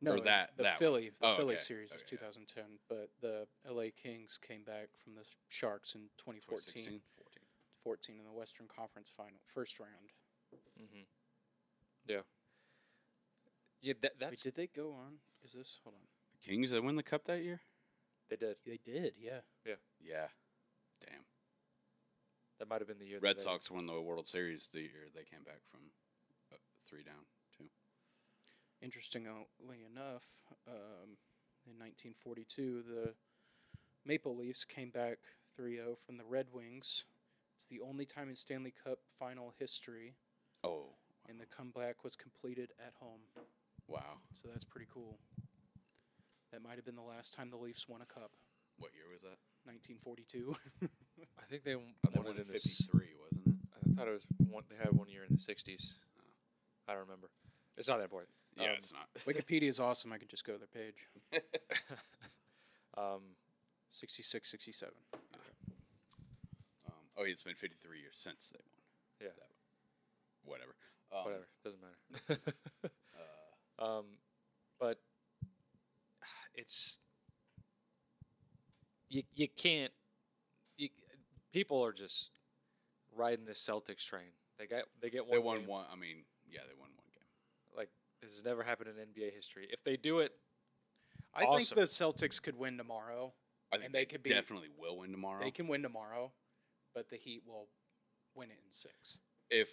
Speaker 3: No,
Speaker 2: Or
Speaker 3: it-
Speaker 2: that-
Speaker 3: the
Speaker 2: that one.
Speaker 3: Philly, the
Speaker 2: Oh,
Speaker 3: Philly
Speaker 2: okay.
Speaker 3: series was
Speaker 2: Okay, yeah.
Speaker 3: 2010, but the LA Kings came back from the Sharks in 2014,
Speaker 2: 2016? 14.
Speaker 3: 14 in the Western Conference Final, first round.
Speaker 1: Mm-hmm. Yeah. Yeah, that,
Speaker 3: Wait,
Speaker 1: that's
Speaker 3: did they go on? Is this hold on?
Speaker 2: Kings, they win the cup that year?
Speaker 1: they did.
Speaker 3: They did, yeah.
Speaker 2: Yeah. Damn.
Speaker 1: That might have been the year. that
Speaker 2: Red
Speaker 1: they-
Speaker 2: Sox won the World Series the year they came back from uh, three down, two.
Speaker 3: Interestingly enough, um, in 1942, the Maple Leafs came back 3 0 from the Red Wings. It's the only time in Stanley Cup final history,
Speaker 2: Oh,
Speaker 3: and the comeback was completed at home.
Speaker 2: wow.
Speaker 3: So that's pretty cool. That might have been the last time the Leafs won a cup,
Speaker 2: What year was that?
Speaker 3: 1942.
Speaker 1: I think they w-
Speaker 2: They
Speaker 1: won
Speaker 2: won
Speaker 1: it
Speaker 2: in
Speaker 1: in the. s-
Speaker 2: 53, wasn't it?
Speaker 1: I thought it was one. They had one year in the '60s.
Speaker 2: Oh.
Speaker 1: I don't remember. It's not that important.
Speaker 2: Yeah,
Speaker 1: Um,
Speaker 2: it's not.
Speaker 3: Wikipedia is awesome. I can just go to their page.
Speaker 1: um,
Speaker 3: 66, 67.
Speaker 2: um, Oh, it's been 53 years since they won.
Speaker 1: Yeah.
Speaker 2: That- whatever. Um,
Speaker 1: Whatever, doesn't matter.
Speaker 2: Uh,
Speaker 1: um, but it's you you can't you people are just riding this Celtics train. They got they get one.
Speaker 2: they won
Speaker 1: game.
Speaker 2: one. I mean, yeah, they won one game.
Speaker 1: Like this has never happened in NBA history. If they do it,
Speaker 3: I
Speaker 1: Awesome.
Speaker 3: think the Celtics could win tomorrow.
Speaker 2: I think
Speaker 3: And they could be-
Speaker 2: definitely will win tomorrow.
Speaker 3: They can win tomorrow, but the Heat will win it in six.
Speaker 2: if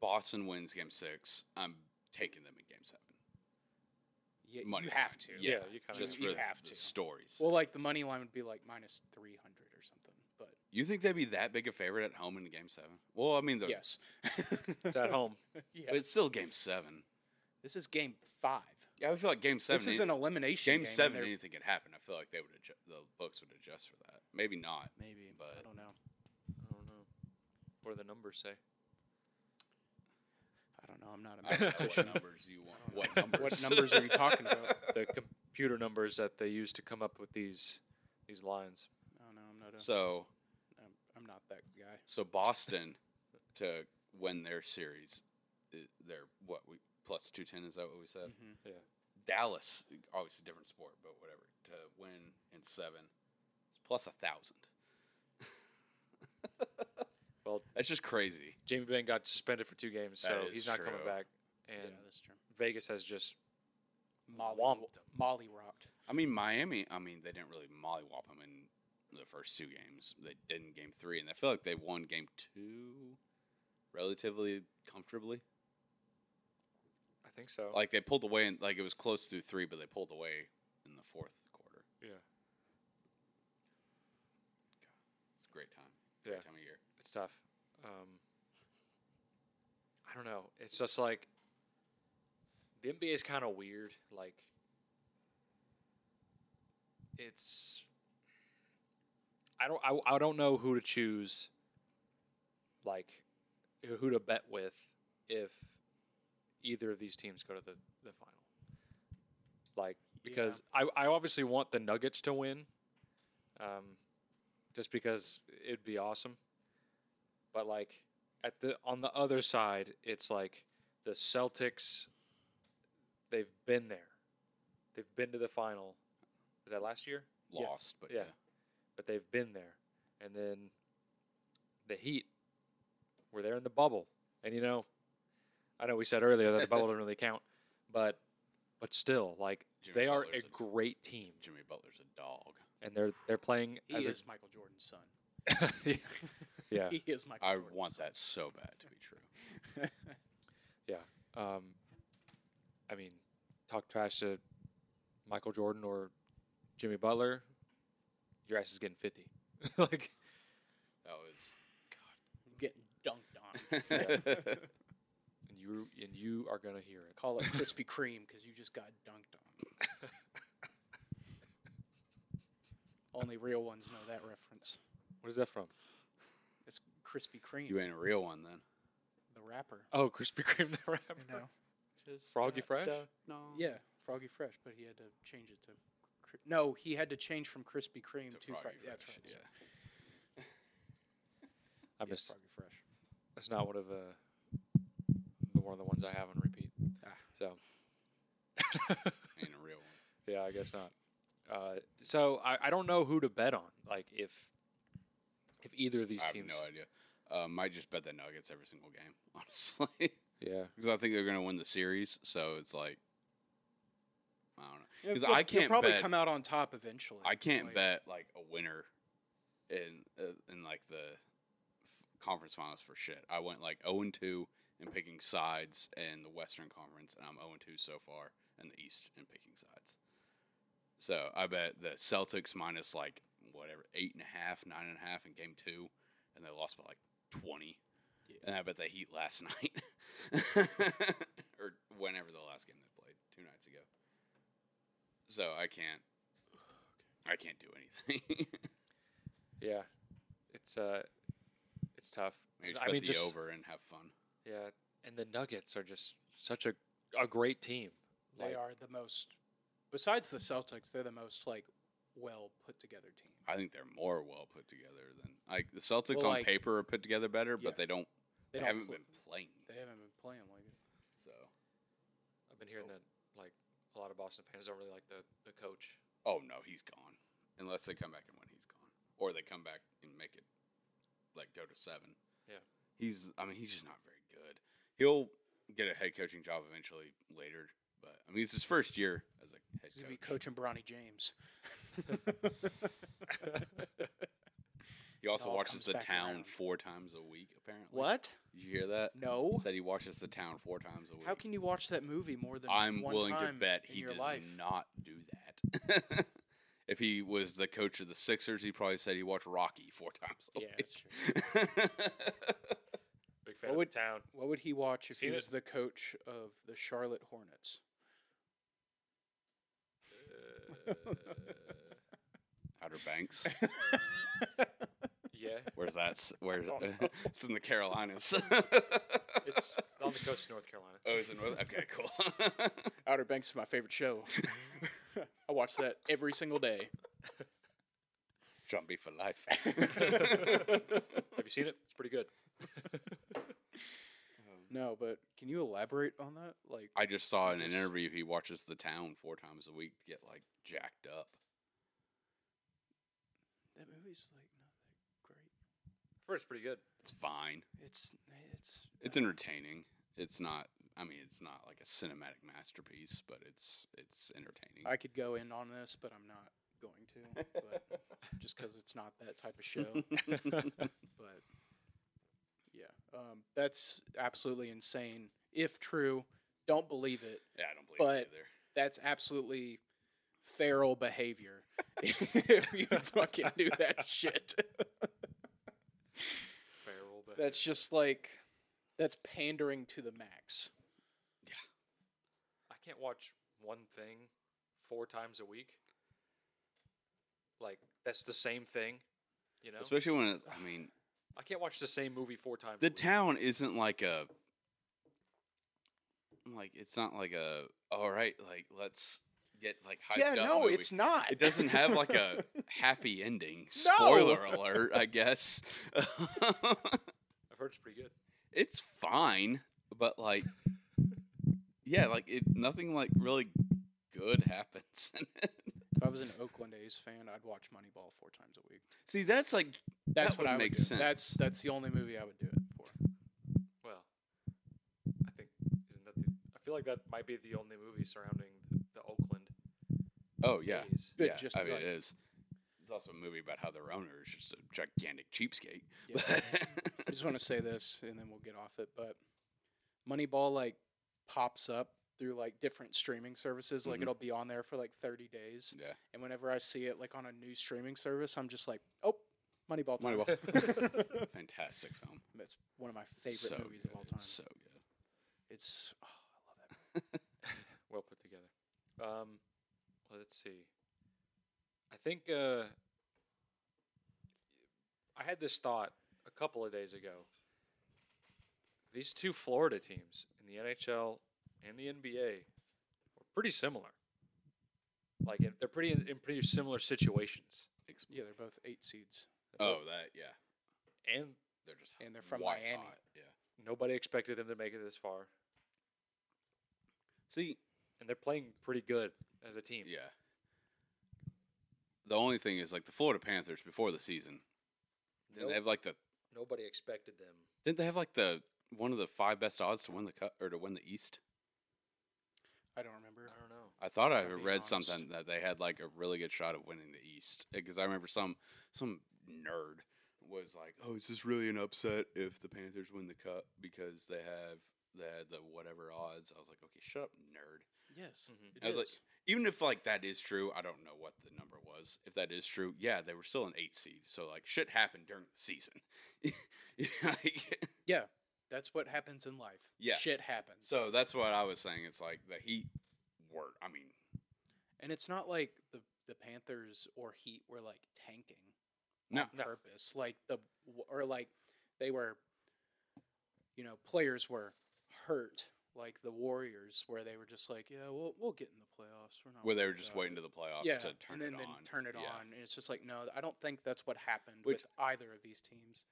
Speaker 2: Boston wins Game Six, I'm taking them in Game Seven.
Speaker 3: You,
Speaker 2: Money
Speaker 3: you have
Speaker 2: line.
Speaker 3: to.
Speaker 1: yeah,
Speaker 2: Yeah,
Speaker 1: you kind
Speaker 2: Just
Speaker 1: of
Speaker 2: for
Speaker 3: you
Speaker 2: the,
Speaker 3: have
Speaker 2: the
Speaker 3: to.
Speaker 2: stories.
Speaker 3: Well, like the money line would be like minus 300 or something. But
Speaker 2: you think they'd be that big a favorite at home in Game Seven? Well, I mean, they're,
Speaker 3: yes.
Speaker 1: it's at home.
Speaker 3: Yeah.
Speaker 2: but it's still Game Seven.
Speaker 3: this is game five.
Speaker 2: Yeah, I feel like Game Seven.
Speaker 3: This is
Speaker 2: any-
Speaker 3: an elimination
Speaker 2: Game,
Speaker 3: game. and
Speaker 2: Seven.
Speaker 3: they're-
Speaker 2: Anything could happen. I feel like they would adjust, the books would adjust for that. Maybe not.
Speaker 3: Maybe,
Speaker 2: but-
Speaker 3: I don't know.
Speaker 1: I don't know. What do the numbers say?
Speaker 3: I don't know. I'm not a
Speaker 2: I don't know what
Speaker 3: mathematician.
Speaker 2: numbers you want?
Speaker 1: I
Speaker 2: What
Speaker 1: don't know.
Speaker 2: numbers?
Speaker 1: What
Speaker 3: numbers are you talking about?
Speaker 1: The computer numbers that they use to come up with these these lines.
Speaker 3: I don't know. I'm not a.
Speaker 2: so
Speaker 3: I'm, I'm not that guy.
Speaker 2: So Boston to win their series, uh, they're what we plus two ten is that what we said?
Speaker 3: Mhm.
Speaker 2: Dallas, obviously different sport, but whatever. To win in seven, it's plus a thousand.
Speaker 1: Well-
Speaker 2: that's just crazy.
Speaker 1: Jamie Benn got suspended for two games,
Speaker 2: That
Speaker 1: so
Speaker 2: is
Speaker 1: he's not coming
Speaker 2: true.
Speaker 1: back. And
Speaker 3: yeah, that's true.
Speaker 1: Vegas has just
Speaker 3: Molly,
Speaker 1: Whomped 'em.
Speaker 3: Molly rocked.
Speaker 2: I mean Miami. I mean they didn't really mollywop them in the first two games. They didn't game three, and I feel like they won game two relatively comfortably.
Speaker 1: I think so.
Speaker 2: Like they pulled away, and like it was close through three, but they pulled away in the fourth quarter.
Speaker 1: yeah.
Speaker 2: It's a great time.
Speaker 1: Yeah.
Speaker 2: Great time of year.
Speaker 1: It's tough. Um, I don't know. It's just like the NBA is kind of weird. Like it's I don't I, I don't know who to choose. Like who- who to bet with if either of these teams go to the the final. Like because I I obviously want the Nuggets to win. Um, just because it'd be awesome. But like at the on the other side, it's like the Celtics. They've been there. They've been to the final. Was that last year?
Speaker 3: Yes.
Speaker 2: Lost, but yeah.
Speaker 1: Yeah. But they've been there. And then the Heat were there in the bubble. And you know, I know we said earlier that the bubble didn't really count, but but still, like
Speaker 2: Jimmy
Speaker 1: they are a
Speaker 2: Butler's a-
Speaker 1: great team,
Speaker 2: Jimmy Butler's a dog.
Speaker 1: and they're they're playing
Speaker 3: He
Speaker 1: as
Speaker 3: is Michael Jordan's son.
Speaker 1: a, yeah.
Speaker 3: He is Michael.
Speaker 2: I
Speaker 3: Jordan's
Speaker 2: want
Speaker 3: son.
Speaker 2: that so bad to be true.
Speaker 1: Um, I mean, talk trash to Michael Jordan or Jimmy Butler, your ass is getting fifty. like,
Speaker 2: That was.
Speaker 3: Getting dunked on.
Speaker 1: and you and you are gonna hear it.
Speaker 3: Call it Krispy Kreme because you just got dunked on. Only real ones know that reference.
Speaker 1: What is that from?
Speaker 3: It's Krispy Kreme,
Speaker 2: You ain't a real one then.
Speaker 3: the rapper.
Speaker 1: Oh, Krispy Kreme the rapper.
Speaker 3: You know.
Speaker 1: Froggy Fresh?
Speaker 2: No.
Speaker 3: Yeah, Froggy Fresh, but he had to change it to. Kri- No, he had to change from Krispy Kreme to,
Speaker 2: To
Speaker 3: Froggy
Speaker 2: Froggy
Speaker 3: Fresh. That's
Speaker 2: Fresh,
Speaker 3: right.
Speaker 2: yeah.
Speaker 1: I
Speaker 3: yeah,
Speaker 1: missed.
Speaker 3: Froggy Fresh.
Speaker 1: That's not one of uh, the one of the ones I have on repeat.
Speaker 3: Ah.
Speaker 1: So.
Speaker 2: Ain't a real one.
Speaker 1: Yeah, I guess not. Uh, so I, I don't know who to bet on. Like if if either of these
Speaker 2: I have
Speaker 1: teams.
Speaker 2: no idea. Uh, might just bet the Nuggets every single game, honestly,
Speaker 1: Yeah.
Speaker 2: because I think they're gonna win the series. So it's like, I don't know.
Speaker 3: Yeah,
Speaker 2: 'Cause
Speaker 3: you'll-
Speaker 2: I
Speaker 3: you'll
Speaker 2: can't
Speaker 3: probably
Speaker 2: bet-
Speaker 3: come out on top eventually.
Speaker 2: I can't
Speaker 3: like,
Speaker 2: bet like a winner in uh, in like the f- conference finals for shit. I went like 0 and 2 and picking sides in the Western Conference, and I'm 0 and 2 so far in the East and picking sides. So I bet the Celtics minus like whatever eight and a half, nine and a half in game two, and they lost by like 20.
Speaker 3: Yeah.
Speaker 2: And I bet the Heat last night, or whenever the last game they played, two nights ago. So I can't. I can't do anything.
Speaker 1: Yeah. It's uh, it's tough.
Speaker 2: Maybe just
Speaker 1: I
Speaker 2: bet
Speaker 1: mean,
Speaker 2: the
Speaker 1: just-
Speaker 2: over and have fun.
Speaker 1: Yeah, and the Nuggets are just such a a great team.
Speaker 3: They
Speaker 1: like-
Speaker 3: are the most, besides the Celtics, they're the most like well put together team.
Speaker 2: I think they're more well put together than like the Celtics on
Speaker 3: Well, like-
Speaker 2: paper are put together better,
Speaker 3: Yeah.
Speaker 2: but they don't. They,
Speaker 3: don't
Speaker 2: haven't
Speaker 3: pl-
Speaker 2: been playing.
Speaker 3: They haven't been playing like it.
Speaker 2: So.
Speaker 1: I've been
Speaker 2: Oh.
Speaker 1: hearing that like a lot of Boston fans don't really like the, the coach.
Speaker 2: Oh no, he's gone. Unless they come back and win, he's gone. Or they come back and make it like go to seven.
Speaker 1: Yeah.
Speaker 2: He's I mean, he's just not very good. He'll get a head coaching job eventually later, but I mean it's his first year as a head
Speaker 3: He's gonna be
Speaker 2: coach.
Speaker 3: coaching Bronny James.
Speaker 2: He also
Speaker 3: all
Speaker 2: watches
Speaker 3: comes
Speaker 2: the
Speaker 3: back
Speaker 2: town
Speaker 3: around.
Speaker 2: four times a week, apparently.
Speaker 3: what?
Speaker 2: Did you hear that?
Speaker 3: No.
Speaker 2: Said he watches the town four times a week.
Speaker 3: How can you watch that movie more than
Speaker 2: I'm
Speaker 3: one
Speaker 2: willing to
Speaker 3: time
Speaker 2: bet
Speaker 3: in
Speaker 2: he
Speaker 3: your
Speaker 2: does
Speaker 3: life?
Speaker 2: not do that. if he was the coach of the Sixers, he probably said he watched Rocky four times a
Speaker 1: Yeah,
Speaker 2: week.
Speaker 1: that's true. Big fan
Speaker 3: What
Speaker 1: of
Speaker 3: would-
Speaker 1: the town.
Speaker 3: What would he watch if
Speaker 1: Seen
Speaker 3: he
Speaker 1: it?
Speaker 3: was the coach of the Charlotte Hornets?
Speaker 1: Uh,
Speaker 2: Outer Banks.
Speaker 1: Yeah,
Speaker 2: Where's that? s- Where's
Speaker 3: don't know.
Speaker 2: it's in the Carolinas.
Speaker 1: it's on the coast of North Carolina.
Speaker 2: oh, it's in North. Okay, cool.
Speaker 3: Outer Banks is my favorite show. I watch that every single day.
Speaker 2: John B for life.
Speaker 1: Have you seen it? It's pretty good.
Speaker 3: No, but can you elaborate on that? Like,
Speaker 2: I just saw in an
Speaker 3: Just-
Speaker 2: interview he watches the town four times a week to get like jacked up.
Speaker 3: that movie's like not that great.
Speaker 1: I've heard it's pretty good.
Speaker 2: It's fine.
Speaker 3: It's it's
Speaker 2: It's entertaining. It's not. I mean, it's not like a cinematic masterpiece, but it's it's entertaining.
Speaker 3: I could go in on this, but I'm not going to. But just because it's not that type of show. but yeah, um, that's absolutely insane. If true, don't believe it.
Speaker 2: yeah, I don't believe
Speaker 3: but-
Speaker 2: it either.
Speaker 3: That's absolutely feral behavior. if you fucking do that shit,
Speaker 1: Feral, but
Speaker 3: that's just like that's pandering to the max.
Speaker 1: I can't watch one thing four times a week. Like that's the same thing, you know.
Speaker 2: Especially when it, I mean,
Speaker 1: I can't watch the same movie four times.
Speaker 2: the
Speaker 1: a week.
Speaker 2: town isn't like a like it's not like a all right like let's get like hyped
Speaker 3: yeah,
Speaker 2: up
Speaker 3: no,
Speaker 2: movie.
Speaker 3: it's not.
Speaker 2: it doesn't have like a happy ending
Speaker 3: No.
Speaker 2: spoiler alert i guess
Speaker 1: I've heard it's pretty good.
Speaker 2: it's fine but like yeah like it nothing like really good happens in it.
Speaker 3: If I was an Oakland A's fan, I'd watch Moneyball four times a week.
Speaker 2: see that's like
Speaker 3: That's
Speaker 2: That
Speaker 3: what
Speaker 2: would
Speaker 3: I would
Speaker 2: make
Speaker 3: do.
Speaker 2: sense.
Speaker 3: That's that's the only movie I would do it for.
Speaker 1: Well, I think isn't that the? I feel like that might be the only movie surrounding the, the Oakland.
Speaker 2: oh yeah
Speaker 1: A's.
Speaker 3: But
Speaker 2: yeah
Speaker 3: just
Speaker 2: i mean
Speaker 3: like-
Speaker 2: it is it's also a movie about how their owner is just a gigantic cheapskate
Speaker 3: Yeah. I just want to say this, and then we'll get off it. But Moneyball like pops up through like different streaming services. Like
Speaker 2: Mhm.
Speaker 3: it'll be on there for like 30 days,
Speaker 2: yeah
Speaker 3: and whenever I see it like on a new streaming service, I'm just like, oh, Moneyball. Time.
Speaker 2: Moneyball.
Speaker 3: Moneyball.
Speaker 2: Fantastic film.
Speaker 3: That's one of my favorite
Speaker 2: So
Speaker 3: movies of all
Speaker 2: good.
Speaker 3: time.
Speaker 2: So good.
Speaker 3: It's oh, I love that.
Speaker 1: well put together. Um, let's see. I think uh, I had this thought a couple of days ago. These two Florida teams in the NHL and the NBA are pretty similar. Like in- they're pretty in, in pretty similar situations.
Speaker 2: Ex-
Speaker 3: Yeah, they're both eight seeds.
Speaker 1: They're
Speaker 2: Oh,
Speaker 1: both-
Speaker 2: that yeah.
Speaker 1: and
Speaker 2: They're just
Speaker 3: And they're from
Speaker 2: white
Speaker 3: Miami.
Speaker 2: hot, Yeah.
Speaker 1: nobody expected them to make it this far,
Speaker 2: See,
Speaker 1: and they're playing pretty good as a team.
Speaker 2: yeah. The only thing is like the Florida Panthers before the season. Didn't
Speaker 1: Nope.
Speaker 2: they have like the
Speaker 1: Nobody expected them.
Speaker 2: didn't they have like the one of the five best odds to win the cup or to win the East?
Speaker 3: I don't remember.
Speaker 2: Uh,
Speaker 1: I don't know.
Speaker 2: I thought I
Speaker 3: I'll be
Speaker 2: read
Speaker 3: honest.
Speaker 2: something that they had like a really good shot of winning the East because I remember some some nerd was like, "Oh, is this really an upset if the Panthers win the cup because they have they had the whatever odds?" I was like, "Okay, shut up, nerd."
Speaker 3: Yes,
Speaker 1: Mhm.
Speaker 3: it
Speaker 2: mm. I was like,
Speaker 3: is.
Speaker 2: even if like that is true, I don't know what the number was. If that is true, yeah, they were still an eight seed, so like shit happened during the season. Like,
Speaker 3: that's what happens in life.
Speaker 2: Yeah.
Speaker 3: shit happens.
Speaker 2: so that's what I was saying. It's like the Heat were. I mean,
Speaker 3: And it's not like the the Panthers or Heat were like tanking
Speaker 2: No.
Speaker 3: on
Speaker 1: No.
Speaker 3: purpose. Like the w- or like they were, you know, players were hurt. like the Warriors, where they were just like, "Yeah, we'll we'll get in the playoffs." We're not
Speaker 2: Where they were
Speaker 3: worried
Speaker 2: just
Speaker 3: about
Speaker 2: waiting
Speaker 3: it."
Speaker 2: to the playoffs
Speaker 3: Oh yeah,
Speaker 2: to turn
Speaker 3: and then
Speaker 2: it
Speaker 3: then
Speaker 2: on.
Speaker 3: turn it
Speaker 2: Yeah.
Speaker 3: on, and it's just like, no, I don't think that's what happened
Speaker 2: Which-
Speaker 3: with either of these teams.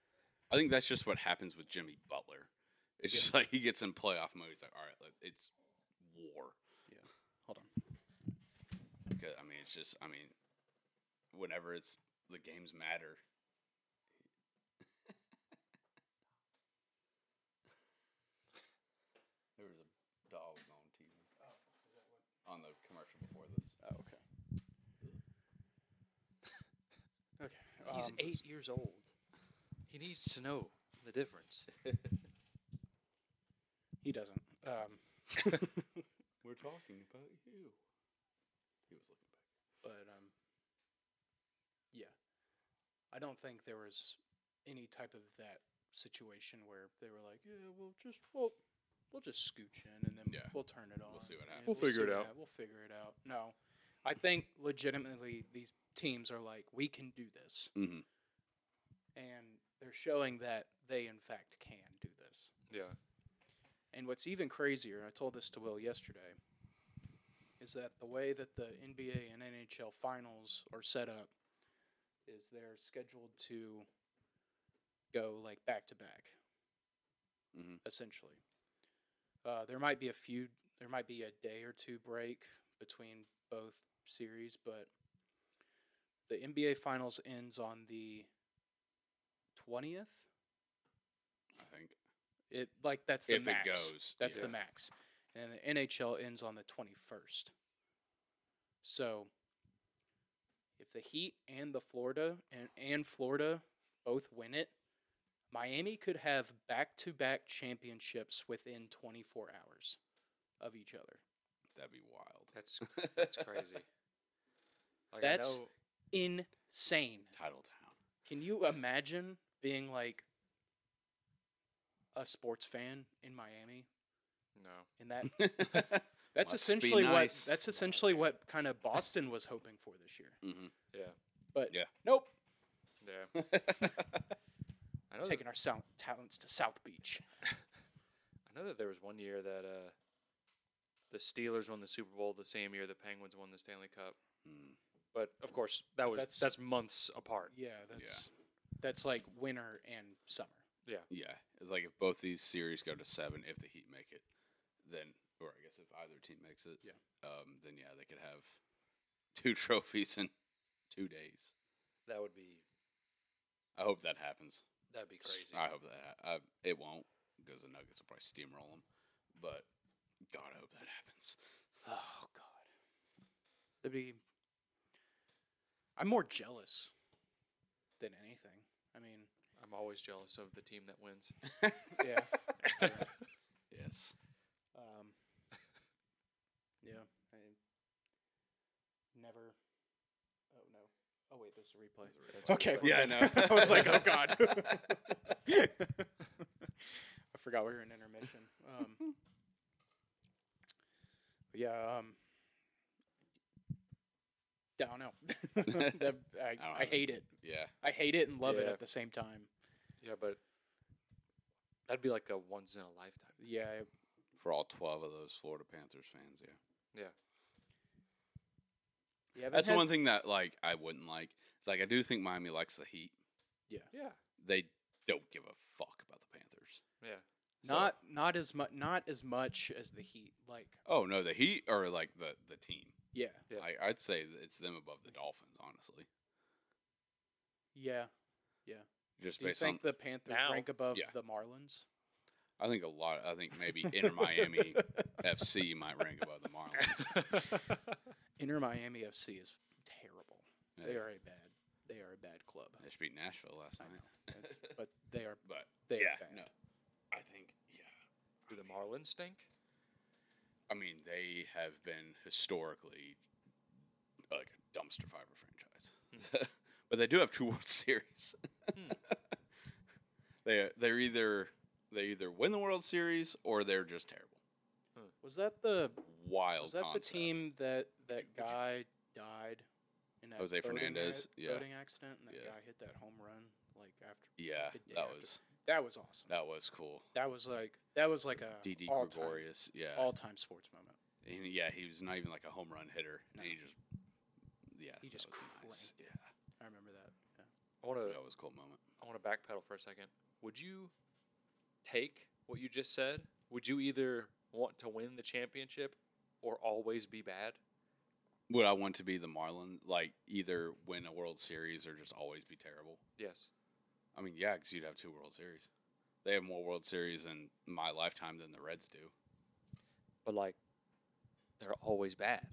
Speaker 2: I think that's just what happens with Jimmy Butler. It's just like he gets in playoff mode. He's like, all right, let- it's war.
Speaker 3: Hold on.
Speaker 2: 'Cause, I mean, it's just, I mean, whenever it's the games matter. there was a dog on TV. On the commercial before this.
Speaker 3: Oh, okay.
Speaker 2: Oh,
Speaker 3: okay.
Speaker 4: He's
Speaker 3: um,
Speaker 4: eight years old. He needs to know the difference.
Speaker 3: He doesn't. Um,
Speaker 2: We're talking about you. He was looking back.
Speaker 3: but um, yeah, I don't think there was any type of that situation where they were like, yeah, we'll just we'll we'll just scooch in and then
Speaker 2: Yeah.
Speaker 3: we'll turn it on.
Speaker 2: We'll see what
Speaker 3: Yeah,
Speaker 2: happens.
Speaker 1: We'll figure
Speaker 3: see
Speaker 1: it
Speaker 3: what
Speaker 1: out."
Speaker 3: hap- We'll figure it out. No, I think legitimately these teams are like, we can do this,
Speaker 2: Mm-hmm.
Speaker 3: and they're showing that they in fact can do this.
Speaker 1: Yeah.
Speaker 3: And what's even crazier, I told this to Will yesterday, is that the way that the NBA and NHL finals are set up is they're scheduled to go like back to back,
Speaker 2: Mhm.
Speaker 3: mm-hmm. essentially. Uh, there might be a few, there might be a day or two break between both series, but the NBA finals ends on the 20th.
Speaker 2: I think.
Speaker 3: It like that's the
Speaker 2: if it
Speaker 3: max.
Speaker 2: goes.
Speaker 3: That's
Speaker 2: yeah.
Speaker 3: the max. And the NHL ends on the 21st. So if the Heat and the Florida and, and Florida both win it, Miami could have back-to-back championships within 24 hours of each other.
Speaker 2: That'd be wild.
Speaker 4: That's that's crazy. Like, I
Speaker 3: That's-
Speaker 4: know-
Speaker 3: Insane.
Speaker 2: Title Town.
Speaker 3: Can you imagine being like a sports fan in Miami
Speaker 1: No.
Speaker 3: in that
Speaker 2: mm-hmm. Must
Speaker 3: that's
Speaker 2: be
Speaker 3: essentially
Speaker 2: nice.
Speaker 3: what that's essentially what kind of Boston was hoping for this year.
Speaker 2: Mm-hmm.
Speaker 3: But
Speaker 2: Yeah.
Speaker 3: nope,
Speaker 4: Yeah. I know,
Speaker 3: taking our sound talents to South Beach.
Speaker 4: that, I know that there was one year that uh, the Steelers won the Super Bowl the same year the Penguins won the Stanley Cup.
Speaker 2: Hmm.
Speaker 4: But of course, that was
Speaker 3: That's-
Speaker 4: that's, months apart.
Speaker 3: Yeah, that's that's like winter and summer.
Speaker 2: Yeah, it's like if both these series go to seven, if the Heat make it, then or I guess if either team makes it,
Speaker 3: Yeah.
Speaker 2: um, then yeah, they could have two trophies in two days.
Speaker 4: That would be
Speaker 2: I hope that happens.
Speaker 4: that'd be crazy.
Speaker 2: I hope that ha- I, it won't because the Nuggets will probably steamroll them. But God, I hope that happens.
Speaker 3: Oh God, that'd be. I'm more jealous than anything. I mean,
Speaker 4: I'm always jealous of the team that wins.
Speaker 3: yeah,
Speaker 2: Yes.
Speaker 3: um, yeah. I never. Oh no. Oh wait, there's a replay. Okay.
Speaker 2: Yeah, I
Speaker 3: we're
Speaker 2: know.
Speaker 3: good. I was like, oh god. I forgot we were in intermission. Um, but yeah. Um, I don't know. That- I,
Speaker 2: don't
Speaker 3: I
Speaker 2: either.
Speaker 3: hate it.
Speaker 2: Yeah.
Speaker 3: I hate it and love it
Speaker 4: Yeah.
Speaker 3: at the same time.
Speaker 4: Yeah, but that'd be like a once in a lifetime.
Speaker 3: Yeah. I-
Speaker 2: For all twelve of those Florida Panthers fans, yeah.
Speaker 3: Yeah.
Speaker 2: That's the one thing that like I wouldn't like. It's like I do think Miami likes the Heat.
Speaker 4: Yeah,
Speaker 2: They don't give a fuck about the Panthers.
Speaker 4: yeah.
Speaker 2: So-
Speaker 3: Not not as much not as much as the Heat. Like
Speaker 2: Oh no, the Heat are like the the team.
Speaker 3: yeah
Speaker 4: Yeah.
Speaker 2: I, I'd say that it's them above the Dolphins, honestly.
Speaker 3: yeah.
Speaker 2: Just
Speaker 3: Do you
Speaker 2: based
Speaker 3: think
Speaker 2: on,
Speaker 3: the Panthers
Speaker 4: Now-
Speaker 3: rank above
Speaker 2: yeah.
Speaker 3: the Marlins?
Speaker 2: I think a lot. I think maybe Inter Miami FC might rank above the Marlins.
Speaker 3: Inter Miami FC is terrible. They
Speaker 2: Yeah.
Speaker 3: are a bad. They are a bad club.
Speaker 2: They should beat Nashville last
Speaker 3: I
Speaker 2: night.
Speaker 3: know, that's- but they are.
Speaker 2: But
Speaker 3: They
Speaker 2: yeah,
Speaker 3: are bad.
Speaker 2: no, I think yeah.
Speaker 4: Do the Marlins stink?
Speaker 2: I mean, they have been historically like a dumpster fire franchise, but they do have two World Series.
Speaker 4: Hmm.
Speaker 2: they they're either they either win the World Series or they're just terrible.
Speaker 3: Was that the
Speaker 2: Wild.
Speaker 3: was that
Speaker 2: concept.
Speaker 3: the team that that
Speaker 2: Would you-
Speaker 3: guy died in that
Speaker 2: Jose
Speaker 3: boating
Speaker 2: Fernandez,
Speaker 3: ac-
Speaker 2: yeah.
Speaker 3: boating accident and that
Speaker 2: Yeah.
Speaker 3: guy hit that home run like after
Speaker 2: Yeah,
Speaker 3: the day
Speaker 2: that
Speaker 3: after.
Speaker 2: was
Speaker 3: That was awesome.
Speaker 2: That was cool.
Speaker 3: That was like that was like a
Speaker 2: DD
Speaker 3: all-time,
Speaker 2: Gregorius, yeah,
Speaker 3: all-time sports moment.
Speaker 2: and yeah, he was not even like a home run hitter,
Speaker 3: No.
Speaker 2: and he just, yeah,
Speaker 3: He
Speaker 2: that
Speaker 3: just
Speaker 2: was nice.
Speaker 3: cranked
Speaker 2: Yeah,
Speaker 3: I remember that. Yeah.
Speaker 1: I want to
Speaker 2: that was a cool moment.
Speaker 1: I want to backpedal for a second. Would you take what you just said? Would you either want to win the championship or always be bad?
Speaker 2: Would I want to be the Marlin? Like either win a World Series or just always be terrible?
Speaker 1: Yes.
Speaker 2: I mean, yeah, because you'd have two World Series. They have more World Series in my lifetime than the Reds do.
Speaker 1: But like they're always bad.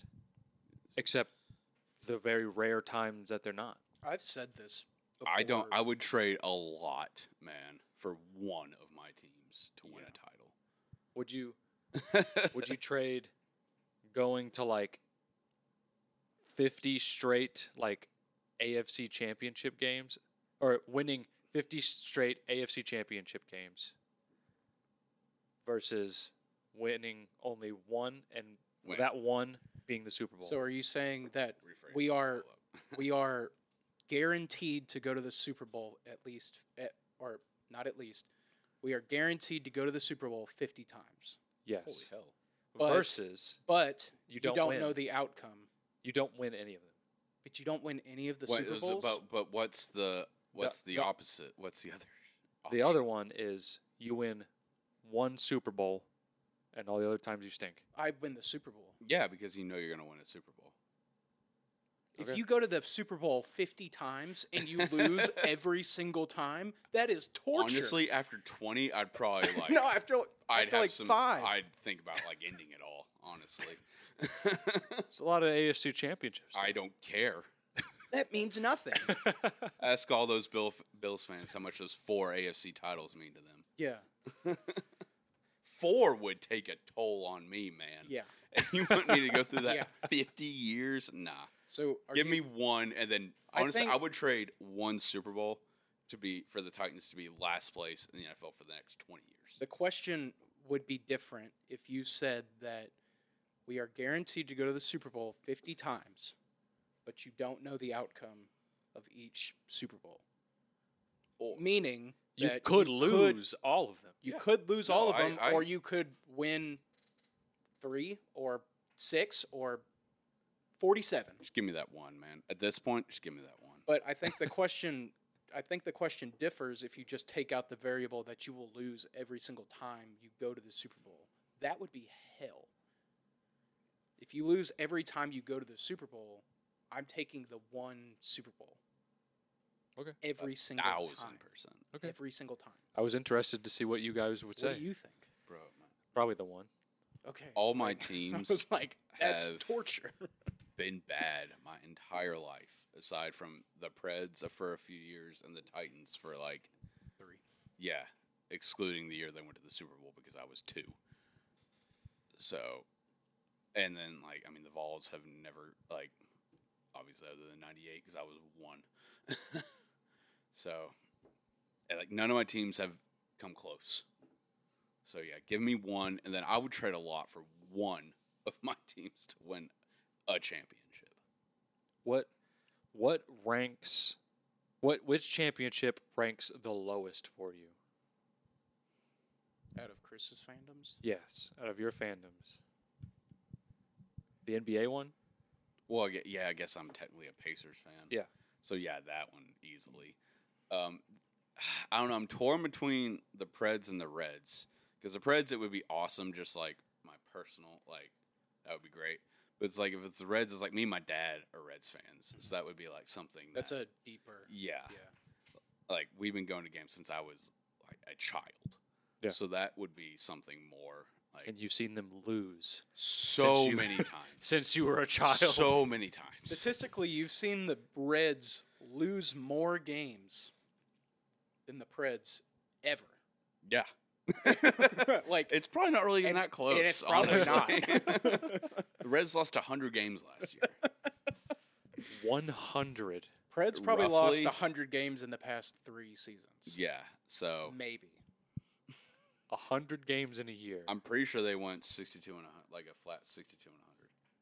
Speaker 1: Except the very rare times that they're not.
Speaker 3: I've said this.
Speaker 2: I don't.
Speaker 3: before.
Speaker 2: I would trade a lot, man, for one of my teams to win a
Speaker 1: Would you
Speaker 2: title.
Speaker 1: would you trade going to like 50 straight like AFC championship games or winning 50 straight AFC championship games versus winning only one and
Speaker 2: Win.
Speaker 1: that one being the Super Bowl?
Speaker 3: So are you saying that
Speaker 2: Rephrase
Speaker 3: We
Speaker 2: that
Speaker 3: are-
Speaker 2: all up.
Speaker 3: we are guaranteed to go to the Super Bowl at least, at, or not at least, we are guaranteed to go to the Super Bowl 50 times.
Speaker 2: Holy
Speaker 1: yes.
Speaker 2: hell!
Speaker 3: But-
Speaker 1: versus
Speaker 3: But
Speaker 1: you don't,
Speaker 3: you don't
Speaker 1: win.
Speaker 3: know the outcome,
Speaker 1: you don't win any of them.
Speaker 3: but you don't win any of the
Speaker 2: What
Speaker 3: Super
Speaker 2: is it-
Speaker 3: Bowls.
Speaker 2: but but what's the what's the,
Speaker 1: the-
Speaker 2: opposite? What's the other?
Speaker 1: The
Speaker 2: option?
Speaker 1: other one is you win one Super Bowl and all the other times you stink.
Speaker 3: I win the Super Bowl.
Speaker 2: Yeah, because you know you're gonna win a Super Bowl.
Speaker 3: If
Speaker 1: Okay.
Speaker 3: you go to the Super Bowl 50 times and you lose every single time, that is torture.
Speaker 2: Honestly, after 20, I'd probably like.
Speaker 3: no, after,
Speaker 2: I'd
Speaker 3: after
Speaker 2: have
Speaker 3: like
Speaker 2: some.
Speaker 3: five.
Speaker 2: I'd think about like ending it all. Honestly,
Speaker 1: It's a lot of AFC championships.
Speaker 2: I don't care.
Speaker 3: that means nothing.
Speaker 2: Ask all those Bill, Bills fans how much those four AFC titles mean to them.
Speaker 3: yeah,
Speaker 2: Four would take a toll on me, man.
Speaker 3: yeah.
Speaker 2: And you want me to go through that
Speaker 3: Yeah.
Speaker 2: 50 years? Nah.
Speaker 3: So are
Speaker 2: Give
Speaker 3: you-
Speaker 2: me one, and then
Speaker 3: I
Speaker 2: honestly, I,
Speaker 3: think-
Speaker 2: would trade one Super Bowl to be for the Titans to be last place in the NFL for the next 20 years.
Speaker 3: The question would be different if you said that we are guaranteed to go to the Super Bowl 50 times, but you don't know the outcome of each Super Bowl.
Speaker 2: Or-
Speaker 3: Meaning
Speaker 1: you
Speaker 3: that
Speaker 1: could
Speaker 3: you could-
Speaker 1: lose all of them.
Speaker 3: you
Speaker 2: Yeah.
Speaker 3: could lose all
Speaker 2: No,
Speaker 3: of
Speaker 2: I-
Speaker 3: them,
Speaker 2: I-
Speaker 3: or you could win three or six or 47.
Speaker 2: Just give me that one, man. At this point, just give me that one.
Speaker 3: But I think the question. I think the question differs if you just take out the variable that you will lose every single time you go to the Super Bowl. That would be hell. If you lose every time you go to the Super Bowl, I'm taking the one Super Bowl.
Speaker 1: Okay.
Speaker 3: Every single time.
Speaker 2: Thousand percent,
Speaker 1: Okay.
Speaker 3: Every single time.
Speaker 1: I was interested to see what you guys would
Speaker 3: What
Speaker 1: say.
Speaker 3: do you think?
Speaker 2: bro. man.
Speaker 1: Probably the one.
Speaker 3: Okay.
Speaker 2: All my
Speaker 3: I
Speaker 2: teams
Speaker 3: was like, that's
Speaker 2: have-
Speaker 3: torture.
Speaker 2: been bad my entire life, aside from the Preds for a few years and the Titans for like
Speaker 3: Three.
Speaker 2: Yeah, excluding the year they went to the Super Bowl because I was two. So, and then like I mean the Vols have never like obviously other than '98 because I was one. so, and, like none of my teams have come close. So yeah, give me one, and then I would trade a lot for one of my teams to win a championship.
Speaker 1: What what ranks what which championship ranks the lowest for you?
Speaker 3: Out of Chris's fandoms?
Speaker 1: Yes, out of your fandoms. The NBA one?
Speaker 2: Well, I gue- yeah, I guess I'm technically a Pacers fan.
Speaker 1: Yeah.
Speaker 2: So yeah, that one easily. Um, I don't know. I'm torn between the Preds and the Reds because the Preds it would be awesome, just like my personal like that would be great. But it's like if it's the Reds, it's like me and my dad are Reds fans, so that would be like something
Speaker 3: That's
Speaker 2: that,
Speaker 3: a deeper.
Speaker 2: yeah
Speaker 3: Yeah.
Speaker 2: like we've been going to games since I was like a child.
Speaker 1: Yeah.
Speaker 2: So that would be something more like
Speaker 1: And you've seen them lose
Speaker 2: so
Speaker 1: you-
Speaker 2: many times
Speaker 1: since you were a child.
Speaker 2: So many times.
Speaker 3: Statistically, you've seen the Reds lose more games than the Preds ever.
Speaker 2: Yeah.
Speaker 3: like,
Speaker 2: It's probably not really
Speaker 3: And-
Speaker 2: that close.
Speaker 3: and it's probably
Speaker 2: honestly.
Speaker 3: not.
Speaker 2: the Reds lost 100 games last year.
Speaker 1: 100.
Speaker 3: Preds probably lost
Speaker 2: Roughly.
Speaker 3: lost 100 games in the past three seasons.
Speaker 2: yeah. So
Speaker 3: Maybe.
Speaker 1: 100 games in a year.
Speaker 2: I'm pretty sure they went 62 and a, hun- like a flat 62 and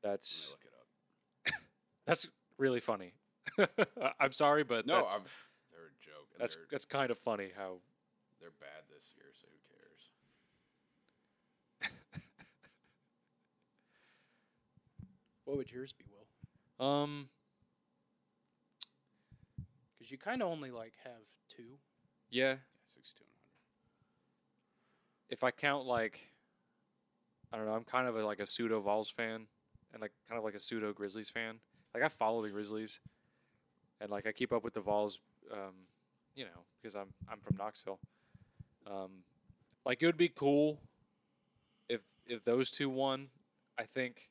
Speaker 2: 100.
Speaker 1: that's
Speaker 2: Let me look it up.
Speaker 1: That's really funny. I'm sorry, but
Speaker 2: No,
Speaker 1: that's,
Speaker 2: I'm, they're a joke. and
Speaker 1: that's
Speaker 2: they're-
Speaker 1: that's kind of funny how
Speaker 2: They're bad this year, so who cares?
Speaker 3: What would yours be, Will?
Speaker 1: Um,
Speaker 3: Because you kind of only like have two.
Speaker 1: yeah,
Speaker 2: Yeah, sixty-two and hundred.
Speaker 1: if I count like, I don't know, I'm kind of a, like a pseudo Vols fan, and like kind of like a pseudo Grizzlies fan. Like I follow the Grizzlies, and like I keep up with the Vols, um, you know, because I'm I'm from Knoxville. Um, like it would be cool if if those two won. I think.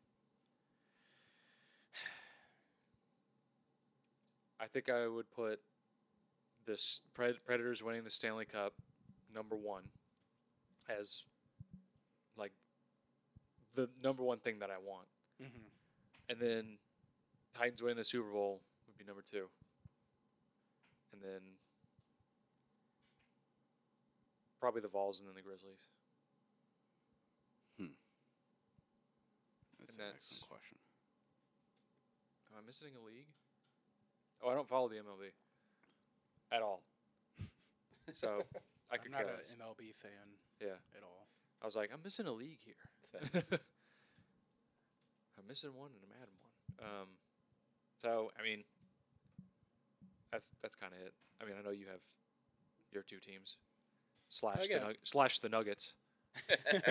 Speaker 1: I think I would put this Pred- Predators winning the Stanley Cup number one as like the number one thing that I want.
Speaker 3: Mm-hmm.
Speaker 1: And then Titans winning the Super Bowl would be number two. And then probably the Vols and then the Grizzlies.
Speaker 2: That's
Speaker 1: And
Speaker 2: an
Speaker 1: that's-
Speaker 2: excellent question.
Speaker 1: Am I missing a league? Oh, I don't follow the MLB at all. So I could
Speaker 3: I'm not
Speaker 1: care
Speaker 3: an
Speaker 1: less.
Speaker 3: MLB fan
Speaker 1: Yeah.
Speaker 3: at all.
Speaker 1: I was like, I'm missing a league here. I'm missing one and I'm adding one. Um, so I mean, that's that's kind of it. I mean, I know you have your two teams slash the
Speaker 3: yeah.
Speaker 1: nug- slash the Nuggets.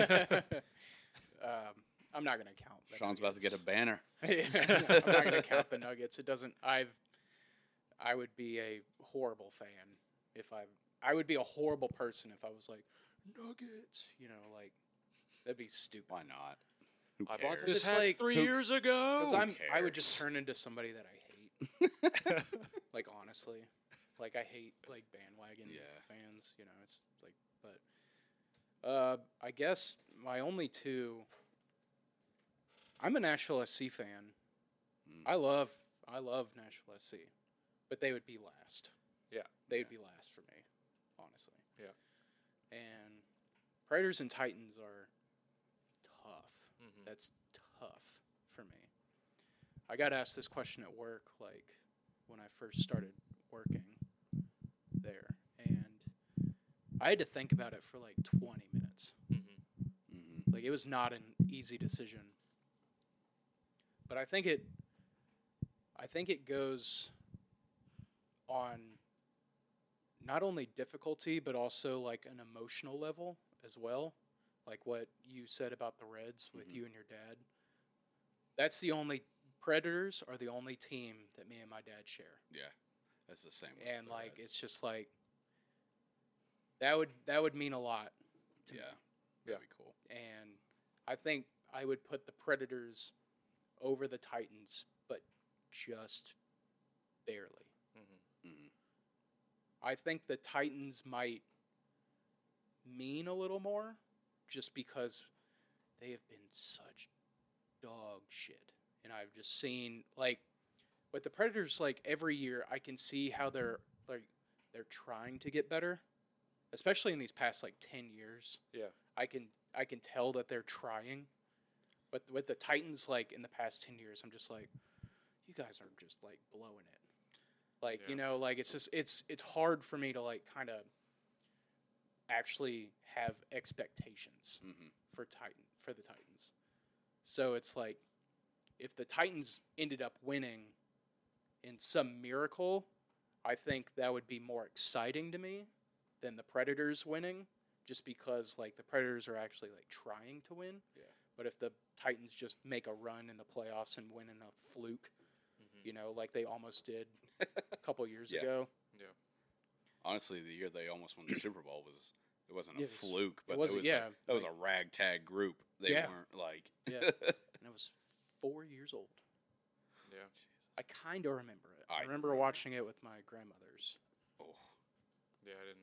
Speaker 3: um, I'm not gonna count. the
Speaker 2: Sean's about to get a
Speaker 3: Nuggets.
Speaker 2: banner.
Speaker 3: Yeah, I'm not gonna count the Nuggets. It doesn't. I've. I would be a horrible fan if I. I would be a horrible person if I was like Nuggets. You know, like that'd be stupid.
Speaker 2: Why not? Who
Speaker 1: I
Speaker 2: cares?
Speaker 1: bought
Speaker 3: It's
Speaker 1: this
Speaker 3: just
Speaker 1: hat
Speaker 3: like-
Speaker 1: three
Speaker 2: Who-
Speaker 1: years ago.
Speaker 3: Because I'm. I would just
Speaker 2: cares?
Speaker 3: turn into somebody that I hate. Like honestly, like I hate like bandwagon
Speaker 2: Yeah.
Speaker 3: fans. You know, it's like. But uh, I guess my only two. I'm a Nashville SC fan.
Speaker 2: Mm.
Speaker 3: I love I love Nashville SC, but they would be last.
Speaker 1: Yeah.
Speaker 3: they'd
Speaker 2: Yeah.
Speaker 3: be last for me, honestly.
Speaker 1: Yeah.
Speaker 3: and Predators and Titans are tough.
Speaker 1: Mhm.
Speaker 3: That's tough for me. I got asked this question at work, like when I first started working there, and I had to think about it for like 20 minutes.
Speaker 1: Mhm.
Speaker 2: Mhm.
Speaker 3: Like it was not an easy decision. But I think it I think it goes on not only difficulty but also like an emotional level as well. Like what you said about the Reds with
Speaker 2: Mhm.
Speaker 3: you and your dad. That's the only Predators are the only team that me and my dad share
Speaker 2: That's the same. with
Speaker 3: and
Speaker 2: the
Speaker 3: like
Speaker 2: Reds.
Speaker 3: it's just like that would that would mean a lot to
Speaker 2: yeah,
Speaker 3: me.
Speaker 2: that'd be cool.
Speaker 3: and I think I would put the Predators over the Titans, but just barely.
Speaker 1: Mhm.
Speaker 2: Mhm.
Speaker 3: I think the Titans might mean a little more just because they have been such dog shit. And I've just seen like with the Predators like every year I can see how they're like they're trying to get better. Especially in these past like 10 years.
Speaker 1: Yeah.
Speaker 3: I can I can tell that they're trying. But with the Titans like in the past 10 years I'm just like you guys are just like blowing it. Like,
Speaker 1: Yeah.
Speaker 3: you know, like it's just it's it's hard for me to like kind of actually have expectations
Speaker 2: Mhm.
Speaker 3: for Titan for the Titans. So it's like if the Titans ended up winning in some miracle, I think that would be more exciting to me than the Predators winning just because like the Predators are actually like trying to win.
Speaker 2: Yeah.
Speaker 3: But if the Titans just make a run in the playoffs and win in a fluke,
Speaker 1: Mhm.
Speaker 3: you know, like they almost did a couple years
Speaker 2: Yeah.
Speaker 3: ago.
Speaker 2: Honestly, the year they almost won the Super Bowl was it wasn't a
Speaker 3: Yeah, it's-
Speaker 2: fluke, but it,
Speaker 3: wasn't-
Speaker 2: was
Speaker 3: yeah,
Speaker 2: a, that was a
Speaker 3: like-
Speaker 2: ragtag group. They
Speaker 3: Yeah.
Speaker 2: weren't like
Speaker 3: Yeah. And I was 4 years old.
Speaker 1: Yeah.
Speaker 3: I kind of remember it. I,
Speaker 2: I
Speaker 3: remember watching it with my grandmother's.
Speaker 2: oh,
Speaker 1: Yeah. I didn't.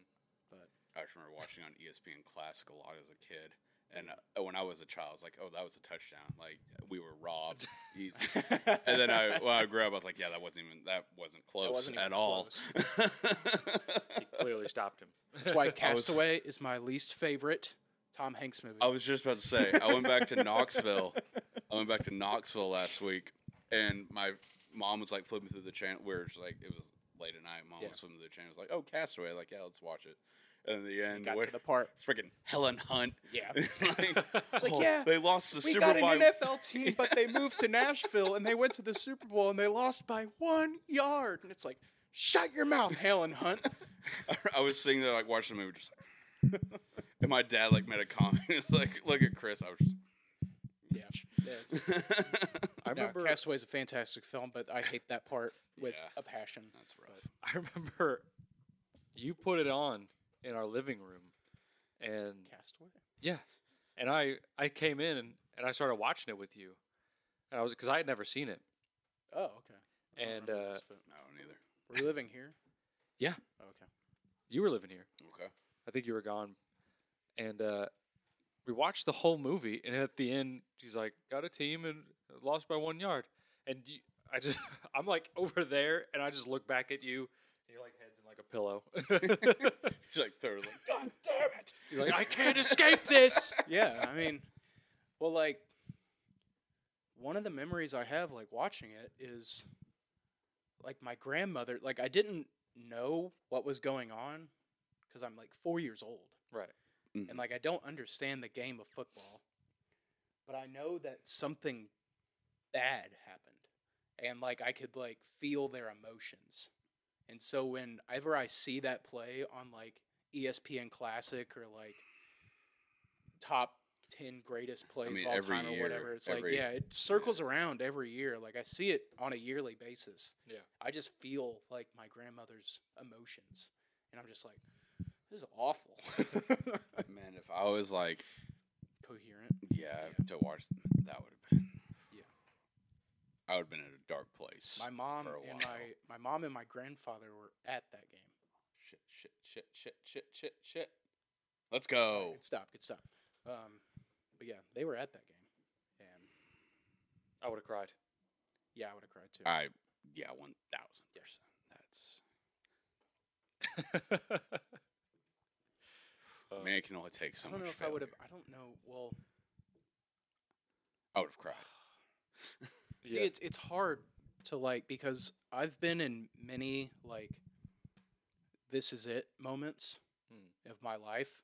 Speaker 2: I just remember watching on E ESPN Classic a lot as a kid. And uh, when I was a child, I was like, "Oh, that was a touchdown! Like we were robbed." Easy. and then I, when I grew up, I was like, "Yeah, that wasn't even that wasn't close
Speaker 3: wasn't
Speaker 2: at
Speaker 3: even
Speaker 2: all."
Speaker 1: He clearly stopped him.
Speaker 3: That's why
Speaker 2: I was-
Speaker 3: Castaway is my least favorite Tom Hanks movie.
Speaker 2: I was just about to say, I went back to Knoxville. I went back to Knoxville last week, and my mom was like flipping through the channel. Where it's like it was late at night. Mom
Speaker 3: Yeah.
Speaker 2: was flipping through the channel. Was like, "Oh, Castaway!" Like, yeah, let's watch it. And in the
Speaker 3: He
Speaker 2: end,
Speaker 3: got
Speaker 2: where
Speaker 3: to the part.
Speaker 2: freaking Helen Hunt.
Speaker 3: Yeah.
Speaker 2: like,
Speaker 3: It's like,
Speaker 2: oh,
Speaker 3: yeah,
Speaker 2: they lost the
Speaker 3: We
Speaker 2: Super
Speaker 3: got
Speaker 2: Bowl.
Speaker 3: an NFL team, but they moved to Nashville and they went to the Super Bowl and they lost by one yard. And it's like, shut your mouth, Helen Hunt.
Speaker 2: I was sitting there like watching the movie, just like, and my dad like made a comment. It's like, look at Chris. I was
Speaker 3: Yeah.
Speaker 2: just,
Speaker 1: I
Speaker 3: No,
Speaker 1: remember
Speaker 3: Castaway is a fantastic film, but I hate that part with
Speaker 2: Yeah.
Speaker 3: a passion.
Speaker 2: that's rough.
Speaker 1: I
Speaker 4: I remember you put it on in our living room, and
Speaker 3: Castaway.
Speaker 4: yeah, and I I came in and, and I started watching it with you, and I was because I had never seen it,
Speaker 3: Oh, okay.
Speaker 2: Uh-huh.
Speaker 3: I don't
Speaker 4: and
Speaker 3: remember
Speaker 4: uh,
Speaker 3: this, but
Speaker 2: No, neither.
Speaker 3: we're living here. Oh,
Speaker 4: Yeah.
Speaker 3: Okay.
Speaker 4: you were living here.
Speaker 2: Okay.
Speaker 4: I think you were gone, and uh, we watched the whole movie, and at the end, she's like, "Got a team and lost by one yard," and you, I just I'm like over there, and I just look back at you, and you're like heads in like a pillow.
Speaker 2: She's like third, like, God damn it!
Speaker 4: you're like I can't escape this.
Speaker 3: yeah, I mean, well, like one of the memories I have, like watching it, is like my grandmother. Like I didn't know what was going on because I'm like four years old,
Speaker 4: Right.
Speaker 2: Mhm.
Speaker 3: And like I don't understand the game of football, but I know that something bad happened, and like I could like feel their emotions. And so whenever I see that play on like E ESPN Classic or like top 10 greatest plays
Speaker 2: mean,
Speaker 3: of all
Speaker 2: every
Speaker 3: time or
Speaker 2: year,
Speaker 3: whatever. It's
Speaker 2: every-
Speaker 3: like, yeah, it circles around every year. Like I see it on a yearly basis.
Speaker 4: Yeah.
Speaker 3: I just feel like my grandmother's emotions. And I'm just like, this is awful.
Speaker 2: Man, if I was like,
Speaker 3: Coherent.
Speaker 2: yeah,
Speaker 3: Yeah.
Speaker 2: to watch, th- that would have been.
Speaker 3: Yeah.
Speaker 2: I would have been in a dark place.
Speaker 3: My mom
Speaker 2: For a
Speaker 3: and
Speaker 2: while.
Speaker 3: my, my mom and my grandfather were at that game.
Speaker 2: Shit, shit, shit, shit, shit, shit, shit. Let's go.
Speaker 3: Good stop. Good stop. Um, but yeah, they were at that game. And
Speaker 4: I would have cried.
Speaker 3: yeah, I would have cried too.
Speaker 2: I, yeah, one thousand percent. That's.
Speaker 4: Uh,
Speaker 2: I mean, it can only take so
Speaker 3: Uh, I don't know
Speaker 2: much
Speaker 3: if I would have,
Speaker 2: failure.
Speaker 3: I don't know. Well,
Speaker 2: I would have cried.
Speaker 3: See, it's it's hard to like because I've been in many like this is it moments
Speaker 2: Hmm.
Speaker 3: of my life,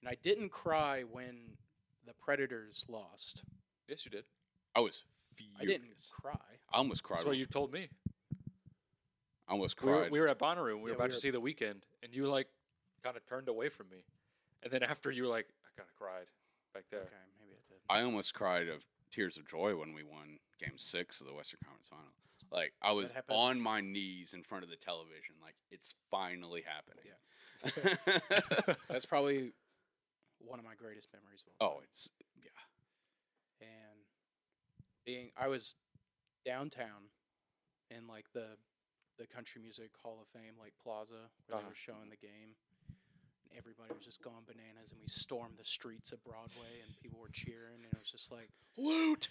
Speaker 3: and I didn't cry when the Predators lost.
Speaker 4: yes, you did.
Speaker 2: I was
Speaker 3: I didn't
Speaker 2: furious.
Speaker 3: cry.
Speaker 2: I almost cried.
Speaker 4: That's what
Speaker 2: when-
Speaker 4: you told me.
Speaker 2: I almost
Speaker 4: We were,
Speaker 2: cried.
Speaker 4: we were at Bonnaroo. We
Speaker 3: Yeah,
Speaker 4: were about
Speaker 3: we
Speaker 4: to
Speaker 3: were-
Speaker 4: see the weekend, and you like kind of turned away from me. And then after you were like, I kind of cried back there.
Speaker 3: Okay, maybe I did.
Speaker 2: I almost cried of tears of joy when we won Game Six of the Western Conference Final. Like I was
Speaker 3: happened-
Speaker 2: on my knees in front of the television, like it's finally happening.
Speaker 3: That's probably one of my greatest memories. Of all
Speaker 2: oh, it's yeah.
Speaker 3: and being I was downtown in like the the country music hall of fame like plaza where they
Speaker 4: Uh-huh.
Speaker 3: were showing the game and everybody was just going bananas and we stormed the streets of broadway and people were cheering and it was just like
Speaker 2: Loot.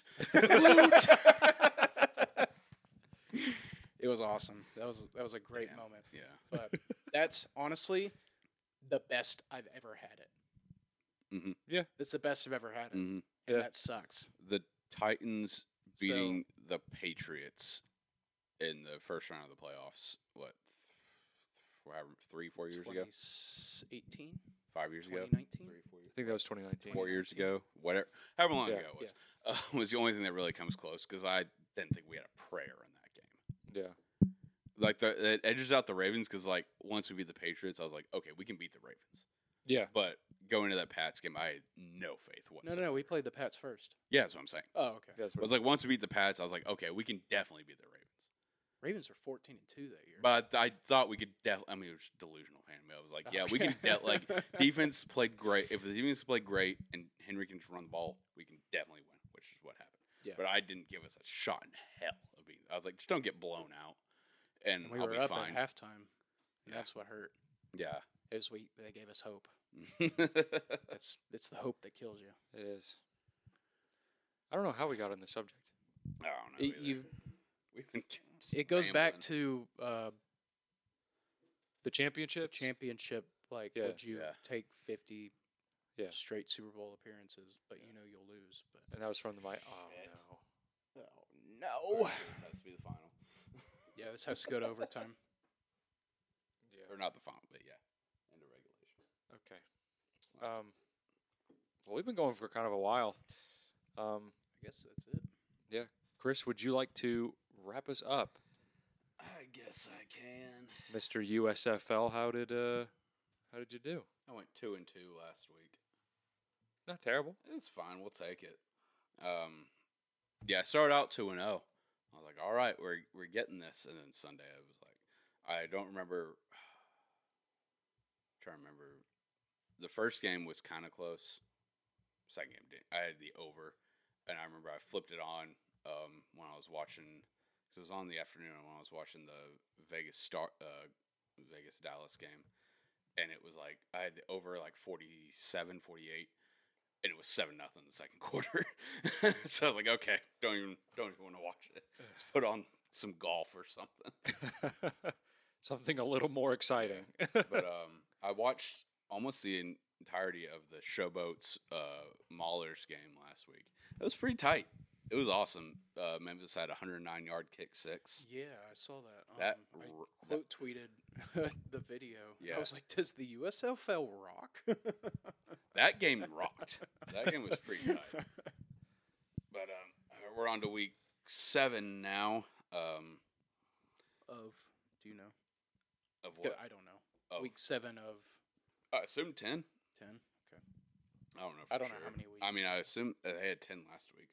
Speaker 3: it was awesome that was that was a great
Speaker 2: Damn.
Speaker 3: moment
Speaker 2: Yeah.
Speaker 3: but that's honestly the best i've ever had it
Speaker 2: Mhm.
Speaker 4: Yeah.
Speaker 3: it's the best i've ever had it
Speaker 2: hmm
Speaker 3: and
Speaker 4: Yeah.
Speaker 3: that sucks
Speaker 2: The Titans
Speaker 3: So-
Speaker 2: beating the Patriots in the first round of the playoffs. What? th- however, Three, four years ago,
Speaker 3: 2018
Speaker 2: five years ago,
Speaker 3: 2019?
Speaker 2: three, four years.
Speaker 4: I think that was 2019.
Speaker 2: four years ago, whatever, however long
Speaker 4: Yeah,
Speaker 2: ago it was, uh, was the only thing that really comes close because I didn't think we had a prayer in that game.
Speaker 4: Yeah.
Speaker 2: Like the it edges out the Ravens because like once we beat the Patriots, I was like, okay, we can beat the Ravens.
Speaker 4: Yeah.
Speaker 2: But going to that Pats game, I had no faith
Speaker 3: No,
Speaker 2: whatsoever.
Speaker 3: no, no. We played the Pats first.
Speaker 2: Yeah, that's what I'm saying.
Speaker 3: Oh, okay.
Speaker 4: That's
Speaker 2: It
Speaker 4: what
Speaker 2: was like once we beat the Pats, I was like, okay, we can definitely beat the Ravens.
Speaker 3: Ravens were fourteen and two that year.
Speaker 2: But I thought we could definitely. I mean, it was delusional fan of me. I was like, yeah, we can de- like defense played great. If the defense played great and Henry can just run the ball, we can definitely win, which is what happened.
Speaker 3: Yeah.
Speaker 2: But I didn't give us a shot in hell of being. I was like, just don't get blown out, and,
Speaker 3: And we
Speaker 2: I'll
Speaker 3: were
Speaker 2: be
Speaker 3: up
Speaker 2: fine.
Speaker 3: at halftime, and
Speaker 2: Yeah.
Speaker 3: that's what hurt. Is we they gave us hope.
Speaker 2: yeah.
Speaker 3: It's it's the hope that kills you.
Speaker 4: it is. I don't know how we got on the subject.
Speaker 2: I don't know.
Speaker 3: It,
Speaker 2: either.
Speaker 3: you,
Speaker 2: We've been
Speaker 3: it goes back
Speaker 2: rambling.
Speaker 3: to uh,
Speaker 4: The championship.
Speaker 3: championship. Like,
Speaker 4: Yeah.
Speaker 3: would you
Speaker 2: Yeah.
Speaker 3: take fifty
Speaker 4: Yeah.
Speaker 3: straight Super Bowl appearances? But you know you'll lose. But
Speaker 4: and that was from the mic. Oh,
Speaker 2: Shit.
Speaker 4: no.
Speaker 3: oh
Speaker 2: All
Speaker 3: no!
Speaker 2: right, so This has to be the final,
Speaker 3: yeah, this has to go to overtime.
Speaker 4: Yeah.
Speaker 2: or not the final, but yeah, into regulation. That's-
Speaker 3: Uh,
Speaker 4: Um, well, we've been going for kind of a while. Um,
Speaker 3: I guess that's it.
Speaker 4: Chris, would you like to wrap us up,
Speaker 2: I guess I can.
Speaker 4: Mister USFL? How did uh, how did you do?
Speaker 2: I went two and two last week.
Speaker 4: Not terrible.
Speaker 2: It's fine. We'll take it. Um, yeah, I started out two and zero. I was like, all right, we're we're getting this. And then Sunday, I was like, I don't remember. trying to remember. The first game was kind of close. Second game, didn't. I had the over, and I remember I flipped it on um, when I was watching. Cause it was on in the afternoon when I was watching the Vegas Star uh, Vegas Dallas game, and it was like I had the over like 47, 48 and it was seven nothing the second quarter. so I was like, okay, don't even don't even want to watch it. Let's put on some golf or something.
Speaker 4: Something a little more exciting.
Speaker 2: But um, I watched almost the entirety of the Showboats uh, Maulers game last week. It was pretty tight. It was awesome. Uh, Memphis had a 109 yard kick six.
Speaker 3: Yeah, I saw that. Um,
Speaker 2: That,
Speaker 3: I
Speaker 2: r- that
Speaker 3: quote tweeted the video. Yeah.
Speaker 2: Yeah.
Speaker 3: I was like, does the USFL rock?
Speaker 2: that game rocked. That game was pretty tight. But um, we're on to week seven now. Um,
Speaker 3: Of, do you know?
Speaker 2: of
Speaker 3: Go-
Speaker 2: what? Oh.
Speaker 3: I don't know.
Speaker 2: Of-
Speaker 3: Week seven of
Speaker 2: I assume ten.
Speaker 3: 10.
Speaker 2: I don't know.
Speaker 3: I
Speaker 2: for
Speaker 3: don't know how
Speaker 2: sure.
Speaker 3: many
Speaker 2: I mean,
Speaker 3: weeks.
Speaker 2: I assume uh, they had ten last week,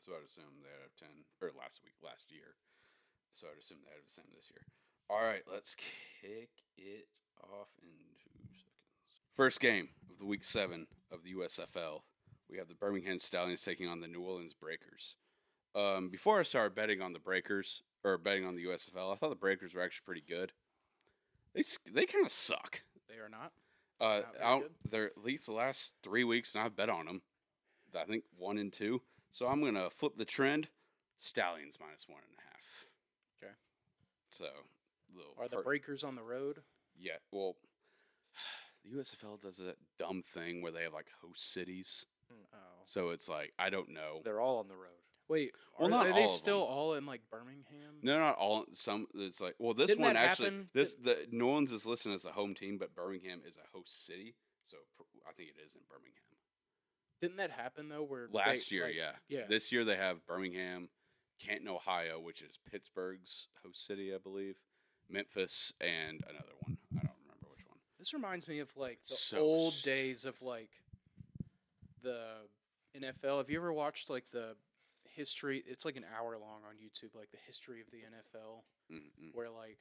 Speaker 2: so I'd assume they had ten or last week, last year. So I'd assume they had the same this year. All right, let's kick it off in two seconds. First game of the week seven of the USFL, we have the Birmingham Stallions taking on the New Orleans Breakers. Um, before I started betting on the Breakers or betting on the USFL, I thought the Breakers were actually pretty good. They s- they kind of suck.
Speaker 3: They are not.
Speaker 2: Uh,
Speaker 3: Not very
Speaker 2: out
Speaker 3: good.
Speaker 2: there at least the last three weeks, and I've bet on them. I think one and two. So I'm gonna flip the trend. Stallions minus one and a half.
Speaker 3: 'Kay.
Speaker 2: So little
Speaker 3: Are the
Speaker 2: per-
Speaker 3: breakers on the road?
Speaker 2: Yeah. Well, the USFL does that dumb thing where they have like host cities.
Speaker 3: Oh.
Speaker 2: So it's like I don't know.
Speaker 4: They're all on the road.
Speaker 3: Wait,
Speaker 2: Well,
Speaker 3: are,
Speaker 2: not
Speaker 3: are they
Speaker 2: all of
Speaker 3: still
Speaker 2: them.
Speaker 3: all in like Birmingham?
Speaker 2: No, not all. Some it's like well, this
Speaker 3: Didn't
Speaker 2: one
Speaker 3: that
Speaker 2: actually.
Speaker 3: happen?
Speaker 2: This the New Orleans is listed as a home team, but Birmingham is a host city. So pr- I think it is in Birmingham.
Speaker 3: Didn't that happen though? Where they,
Speaker 2: Last year,
Speaker 3: like-
Speaker 2: yeah.
Speaker 3: yeah.
Speaker 2: This year they have Birmingham, Canton, Ohio, which is Pittsburgh's host city, I believe, Memphis, and another one. I don't remember which one.
Speaker 3: This reminds me of like the
Speaker 2: So
Speaker 3: old
Speaker 2: st-
Speaker 3: days of like the NFL. Have you ever watched like the history? It's like an hour long on YouTube, like the history of the NFL,
Speaker 2: Mm-mm.
Speaker 3: where like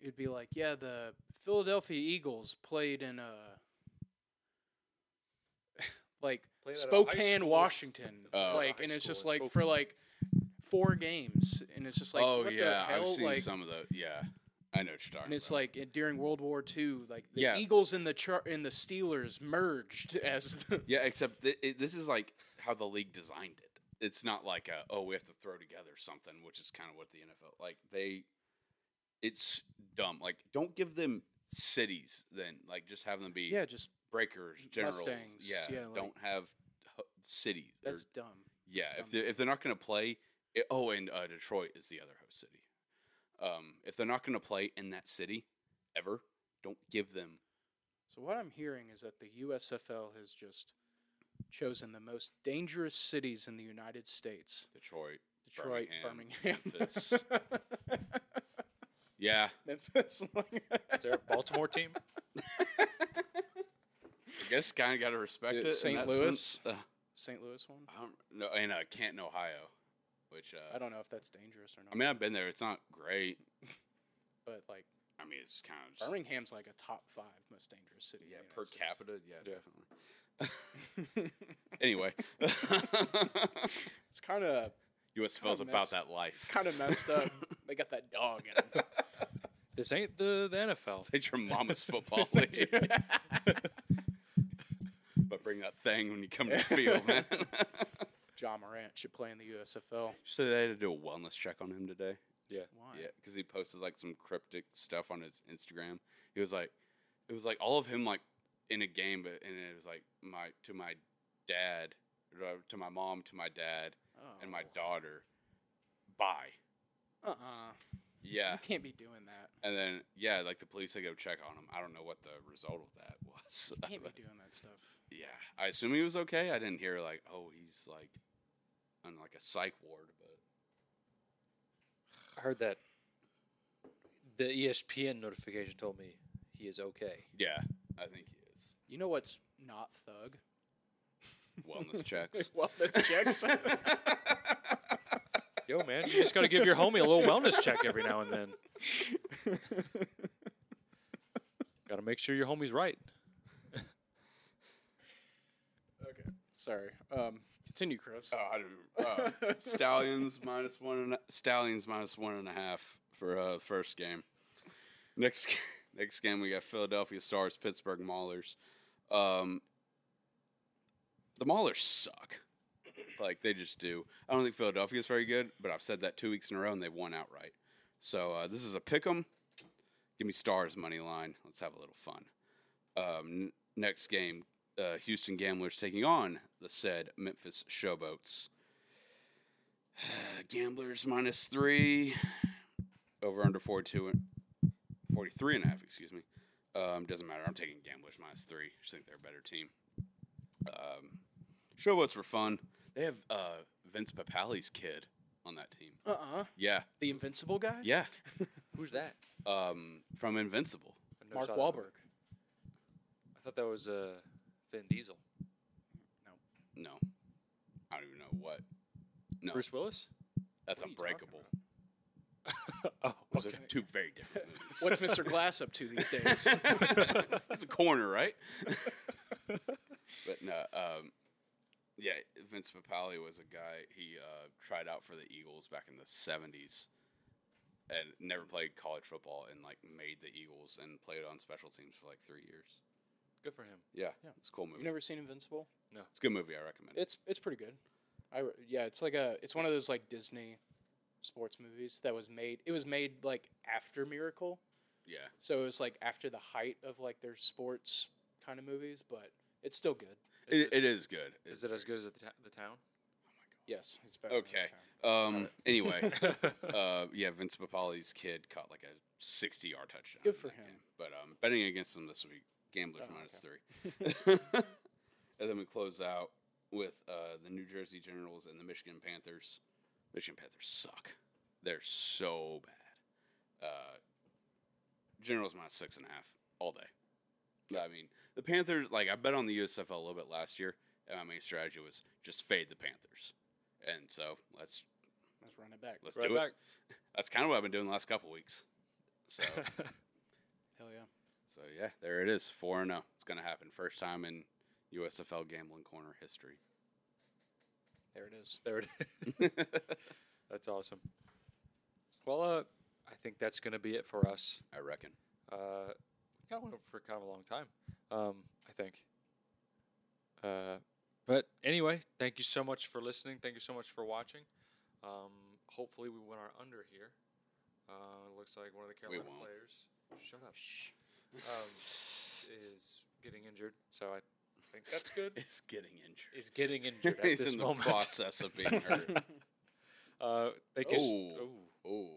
Speaker 3: it'd be like, yeah, the Philadelphia Eagles played in uh, a like
Speaker 4: Played at a high
Speaker 3: Spokane,
Speaker 4: school.
Speaker 3: Washington,
Speaker 2: Oh.
Speaker 3: like,
Speaker 4: High
Speaker 3: and it's
Speaker 4: school
Speaker 3: just
Speaker 4: in
Speaker 3: like for
Speaker 4: Spokane.
Speaker 3: like four games, and it's just like,
Speaker 2: oh
Speaker 3: what the
Speaker 2: yeah,
Speaker 3: hell?
Speaker 2: I've seen
Speaker 3: like,
Speaker 2: some of the yeah. I know what you're talking
Speaker 3: and it's
Speaker 2: about.
Speaker 3: like it- during World War II, like the
Speaker 2: Yeah.
Speaker 3: Eagles and the Char- and the Steelers merged as the
Speaker 2: yeah, except th- it, this is like how the league designed it. It's not like a, oh we have to throw together something, which is kind of what the NFL like they. It's dumb. Like don't give them cities. Then like just have them be
Speaker 3: yeah, just
Speaker 2: breakers, generals.
Speaker 3: Mustangs,
Speaker 2: Yeah,
Speaker 3: yeah, like-
Speaker 2: don't have ho- cities. or-
Speaker 3: that's dumb.
Speaker 2: yeah,
Speaker 3: that's
Speaker 2: if
Speaker 3: dumb.
Speaker 2: they're, if they're not going to play, i oh, and uh, Detroit is the other host city. Um, if they're not going to play in that city ever, don't give them.
Speaker 3: So what I'm hearing is that the USFL has just chosen the most dangerous cities in the United States:
Speaker 2: Detroit.
Speaker 3: Detroit,
Speaker 2: Birmingham,
Speaker 3: Birmingham,
Speaker 2: Memphis. Yeah,
Speaker 3: Memphis. like-
Speaker 4: Is there a Baltimore team?
Speaker 2: I guess kind of got to respect
Speaker 3: Dude,
Speaker 2: it. in
Speaker 3: St.
Speaker 2: that
Speaker 3: Louis?
Speaker 2: sense. Uh,
Speaker 3: St. Louis one.
Speaker 2: I don't know, in uh, Canton, Ohio, which uh,
Speaker 3: I don't know if that's dangerous or not.
Speaker 2: I mean, I've been there. It's not great.
Speaker 3: but like
Speaker 2: I mean, it's kind of just
Speaker 3: Birmingham's like a top five most dangerous city. in
Speaker 2: yeah
Speaker 3: the United
Speaker 2: per
Speaker 3: States.
Speaker 2: capita.
Speaker 4: Yeah.
Speaker 2: Yeah, definitely. Anyway,
Speaker 3: it's kind of
Speaker 2: USFL's
Speaker 3: Kinda
Speaker 2: about
Speaker 3: messed-
Speaker 2: that life.
Speaker 3: it's kind of messed up. they got that dog in 'em.
Speaker 4: This ain't the the NFL.
Speaker 2: It's your mama's football league. but bring that thing when you come to the field, man.
Speaker 3: John Morant should play in the USFL.
Speaker 2: so they had to do a wellness check on him today.
Speaker 3: Why?
Speaker 2: Yeah, because he posted like some cryptic stuff on his Instagram. He was like, it was like all of him like in a game, but and it was like my to my dad, or to my mom, to my dad, and my
Speaker 3: Oh.
Speaker 2: daughter. Bye.
Speaker 3: Uh-uh.
Speaker 2: Yeah.
Speaker 3: You can't be doing that.
Speaker 2: And then, yeah, like the police, they go check on him. I don't know what the result of that was.
Speaker 3: You can't be doing that stuff.
Speaker 2: yeah. I assume he was okay. I didn't hear, like, oh, he's like on like a psych ward, but
Speaker 1: I heard that the E ESPN notification told me he is okay.
Speaker 2: yeah, I think he is.
Speaker 3: You know what's not thug?
Speaker 2: Wellness checks.
Speaker 3: Wellness checks.
Speaker 1: Yo, man, you just got to give your homie a little wellness check every now and then. Got to make sure your homie's right.
Speaker 3: okay. Sorry. Um, continue, Chris.
Speaker 2: Oh, I don't. Uh, Stallions minus one and a- Stallions minus one and a half for uh, first game. Next g- next game we got Philadelphia Stars Pittsburgh Maulers. Um, the Maulers suck. Like they just do. I don't think Philadelphia's very good, but I've said that two weeks in a row and they've won outright. So uh, this is a pick 'em. Give me Stars money line. Let's have a little fun. Um, n- next game, uh, Houston Gamblers taking on the said Memphis Showboats. Gamblers minus three, over under 42 and 43 and a half, excuse me. Um, doesn't matter. I'm taking Gamblers minus three. just think they're a better team. Um, Showboats were fun. They have uh, Vince Papali's kid on that team.
Speaker 3: Uh-uh.
Speaker 2: Yeah,
Speaker 3: The Invincible guy?
Speaker 2: yeah.
Speaker 1: Who's that?
Speaker 2: Um, from Invincible.
Speaker 1: I never
Speaker 3: Mark
Speaker 1: saw that movie.
Speaker 3: Wahlberg.
Speaker 1: I thought that was uh, Vin Diesel.
Speaker 2: No, I don't even know what. No,
Speaker 1: Bruce Willis?
Speaker 2: that's
Speaker 3: what are you talking
Speaker 2: Unbreakable.
Speaker 1: Oh,
Speaker 2: Those
Speaker 1: okay.
Speaker 2: are two very different movies.
Speaker 3: What's Mr. Glass up to these days?
Speaker 2: it's a corner, right? but no, um, yeah, Vince Papali was a guy he uh, tried out for the Eagles back in the '70s, and never played college football, and like made the Eagles and played on special teams for like three years.
Speaker 1: Good for him.
Speaker 2: Yeah,
Speaker 3: Yeah.
Speaker 2: it's a cool movie.
Speaker 3: You've never seen Invincible?
Speaker 2: it's a good movie. I recommend it.
Speaker 3: It's it's pretty good. I re- yeah, it's like a it's one of those like Disney sports movies that was made. It was made like after Miracle,
Speaker 2: Yeah,
Speaker 3: so it was like after the height of like their sports kind of movies, but it's still good.
Speaker 1: Is
Speaker 2: it, it is good.
Speaker 1: Is it as good as the, ta- the town?
Speaker 3: Yes, it's better. than
Speaker 2: Okay.
Speaker 3: Old Town.
Speaker 2: Um. Anyway,
Speaker 1: That's
Speaker 2: uh, yeah, Vince Papali's kid caught like a 60 yard touchdown.
Speaker 3: Good
Speaker 2: in
Speaker 3: for
Speaker 2: that
Speaker 3: him.
Speaker 2: game. But um, betting against him this week, gamblers
Speaker 3: Oh,
Speaker 2: minus three. and then we close out with uh, the New Jersey Generals and the Michigan Panthers. Michigan Panthers suck. They're so bad. Uh, Generals minus six and a half all day. But, I mean, the Panthers, like, I bet on the USFL a little bit last year, and my main strategy was just fade the Panthers. And so let's
Speaker 3: Let's run it back.
Speaker 2: let's
Speaker 1: right
Speaker 2: do it.
Speaker 1: back.
Speaker 2: That's kind of what I've been doing the last couple weeks. So,
Speaker 3: Hell yeah.
Speaker 2: so yeah, there it is. Four and zero. It's going to happen. First time in USFL gambling corner history.
Speaker 3: There it is.
Speaker 1: There it is. That's awesome. Well, uh, I think that's going to be it for us.
Speaker 2: I reckon.
Speaker 1: Uh, we kind of went for kind of a long time, um, I think. Uh, but anyway, thank you so much for listening. Thank you so much for watching. Um, hopefully, we win our under here. Uh, it looks like one of the
Speaker 2: We
Speaker 1: Carolina
Speaker 2: won't.
Speaker 1: players. Shut up. Um, is getting injured, so I think that's good.
Speaker 2: It's getting injured.
Speaker 1: Is getting injured at
Speaker 2: He's
Speaker 1: this
Speaker 2: in
Speaker 1: moment.
Speaker 2: the process of being hurt.
Speaker 1: uh, thank you. s-
Speaker 2: Oh.
Speaker 1: ooh,
Speaker 2: oh,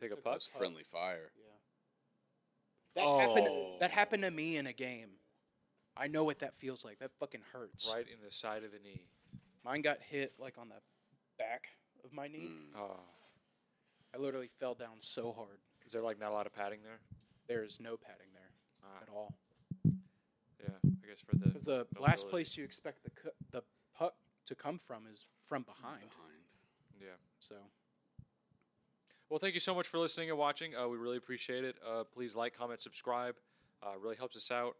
Speaker 1: take a
Speaker 3: Took a
Speaker 1: puff.
Speaker 2: that's friendly fire.
Speaker 3: Yeah. That happened. That
Speaker 2: Oh.
Speaker 3: happened to me in a game. I know what that feels like. That fucking hurts.
Speaker 1: Right in the side of the knee.
Speaker 3: Mine got hit like on the back of my knee.
Speaker 2: Mm.
Speaker 1: Oh.
Speaker 3: I literally fell down so hard.
Speaker 1: Is there like not a lot of padding there?
Speaker 3: There is no padding there
Speaker 1: Ah,
Speaker 3: at all.
Speaker 1: yeah, I guess for the
Speaker 3: Because the last
Speaker 1: Mobility.
Speaker 3: place you expect the cu- the puck to come from is from behind.
Speaker 2: Behind.
Speaker 1: yeah.
Speaker 3: So
Speaker 1: Well, thank you so much for listening and watching. Uh, we really appreciate it. Uh, please like, comment, subscribe. Uh, really helps us out.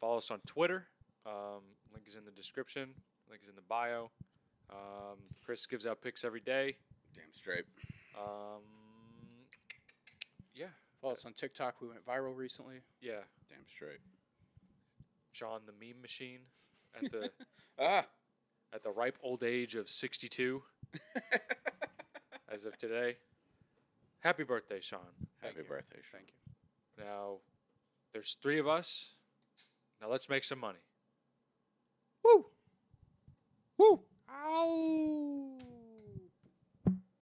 Speaker 1: Follow us on Twitter. Um, link is in the description. Link is in the bio. Um, Chris gives out picks every day.
Speaker 2: Damn straight.
Speaker 1: Um, yeah,
Speaker 3: follow us on TikTok. We went viral recently.
Speaker 1: yeah.
Speaker 2: Damn straight.
Speaker 1: John the meme machine at the
Speaker 2: Ah.
Speaker 1: at the ripe old age of 62 as of today. Happy birthday, Sean.
Speaker 3: Thank
Speaker 2: Happy
Speaker 3: you.
Speaker 2: birthday. Sean.
Speaker 3: Thank you.
Speaker 1: Now, there's three of us. Now let's make some money.
Speaker 3: Woo. Woo.
Speaker 1: Ow.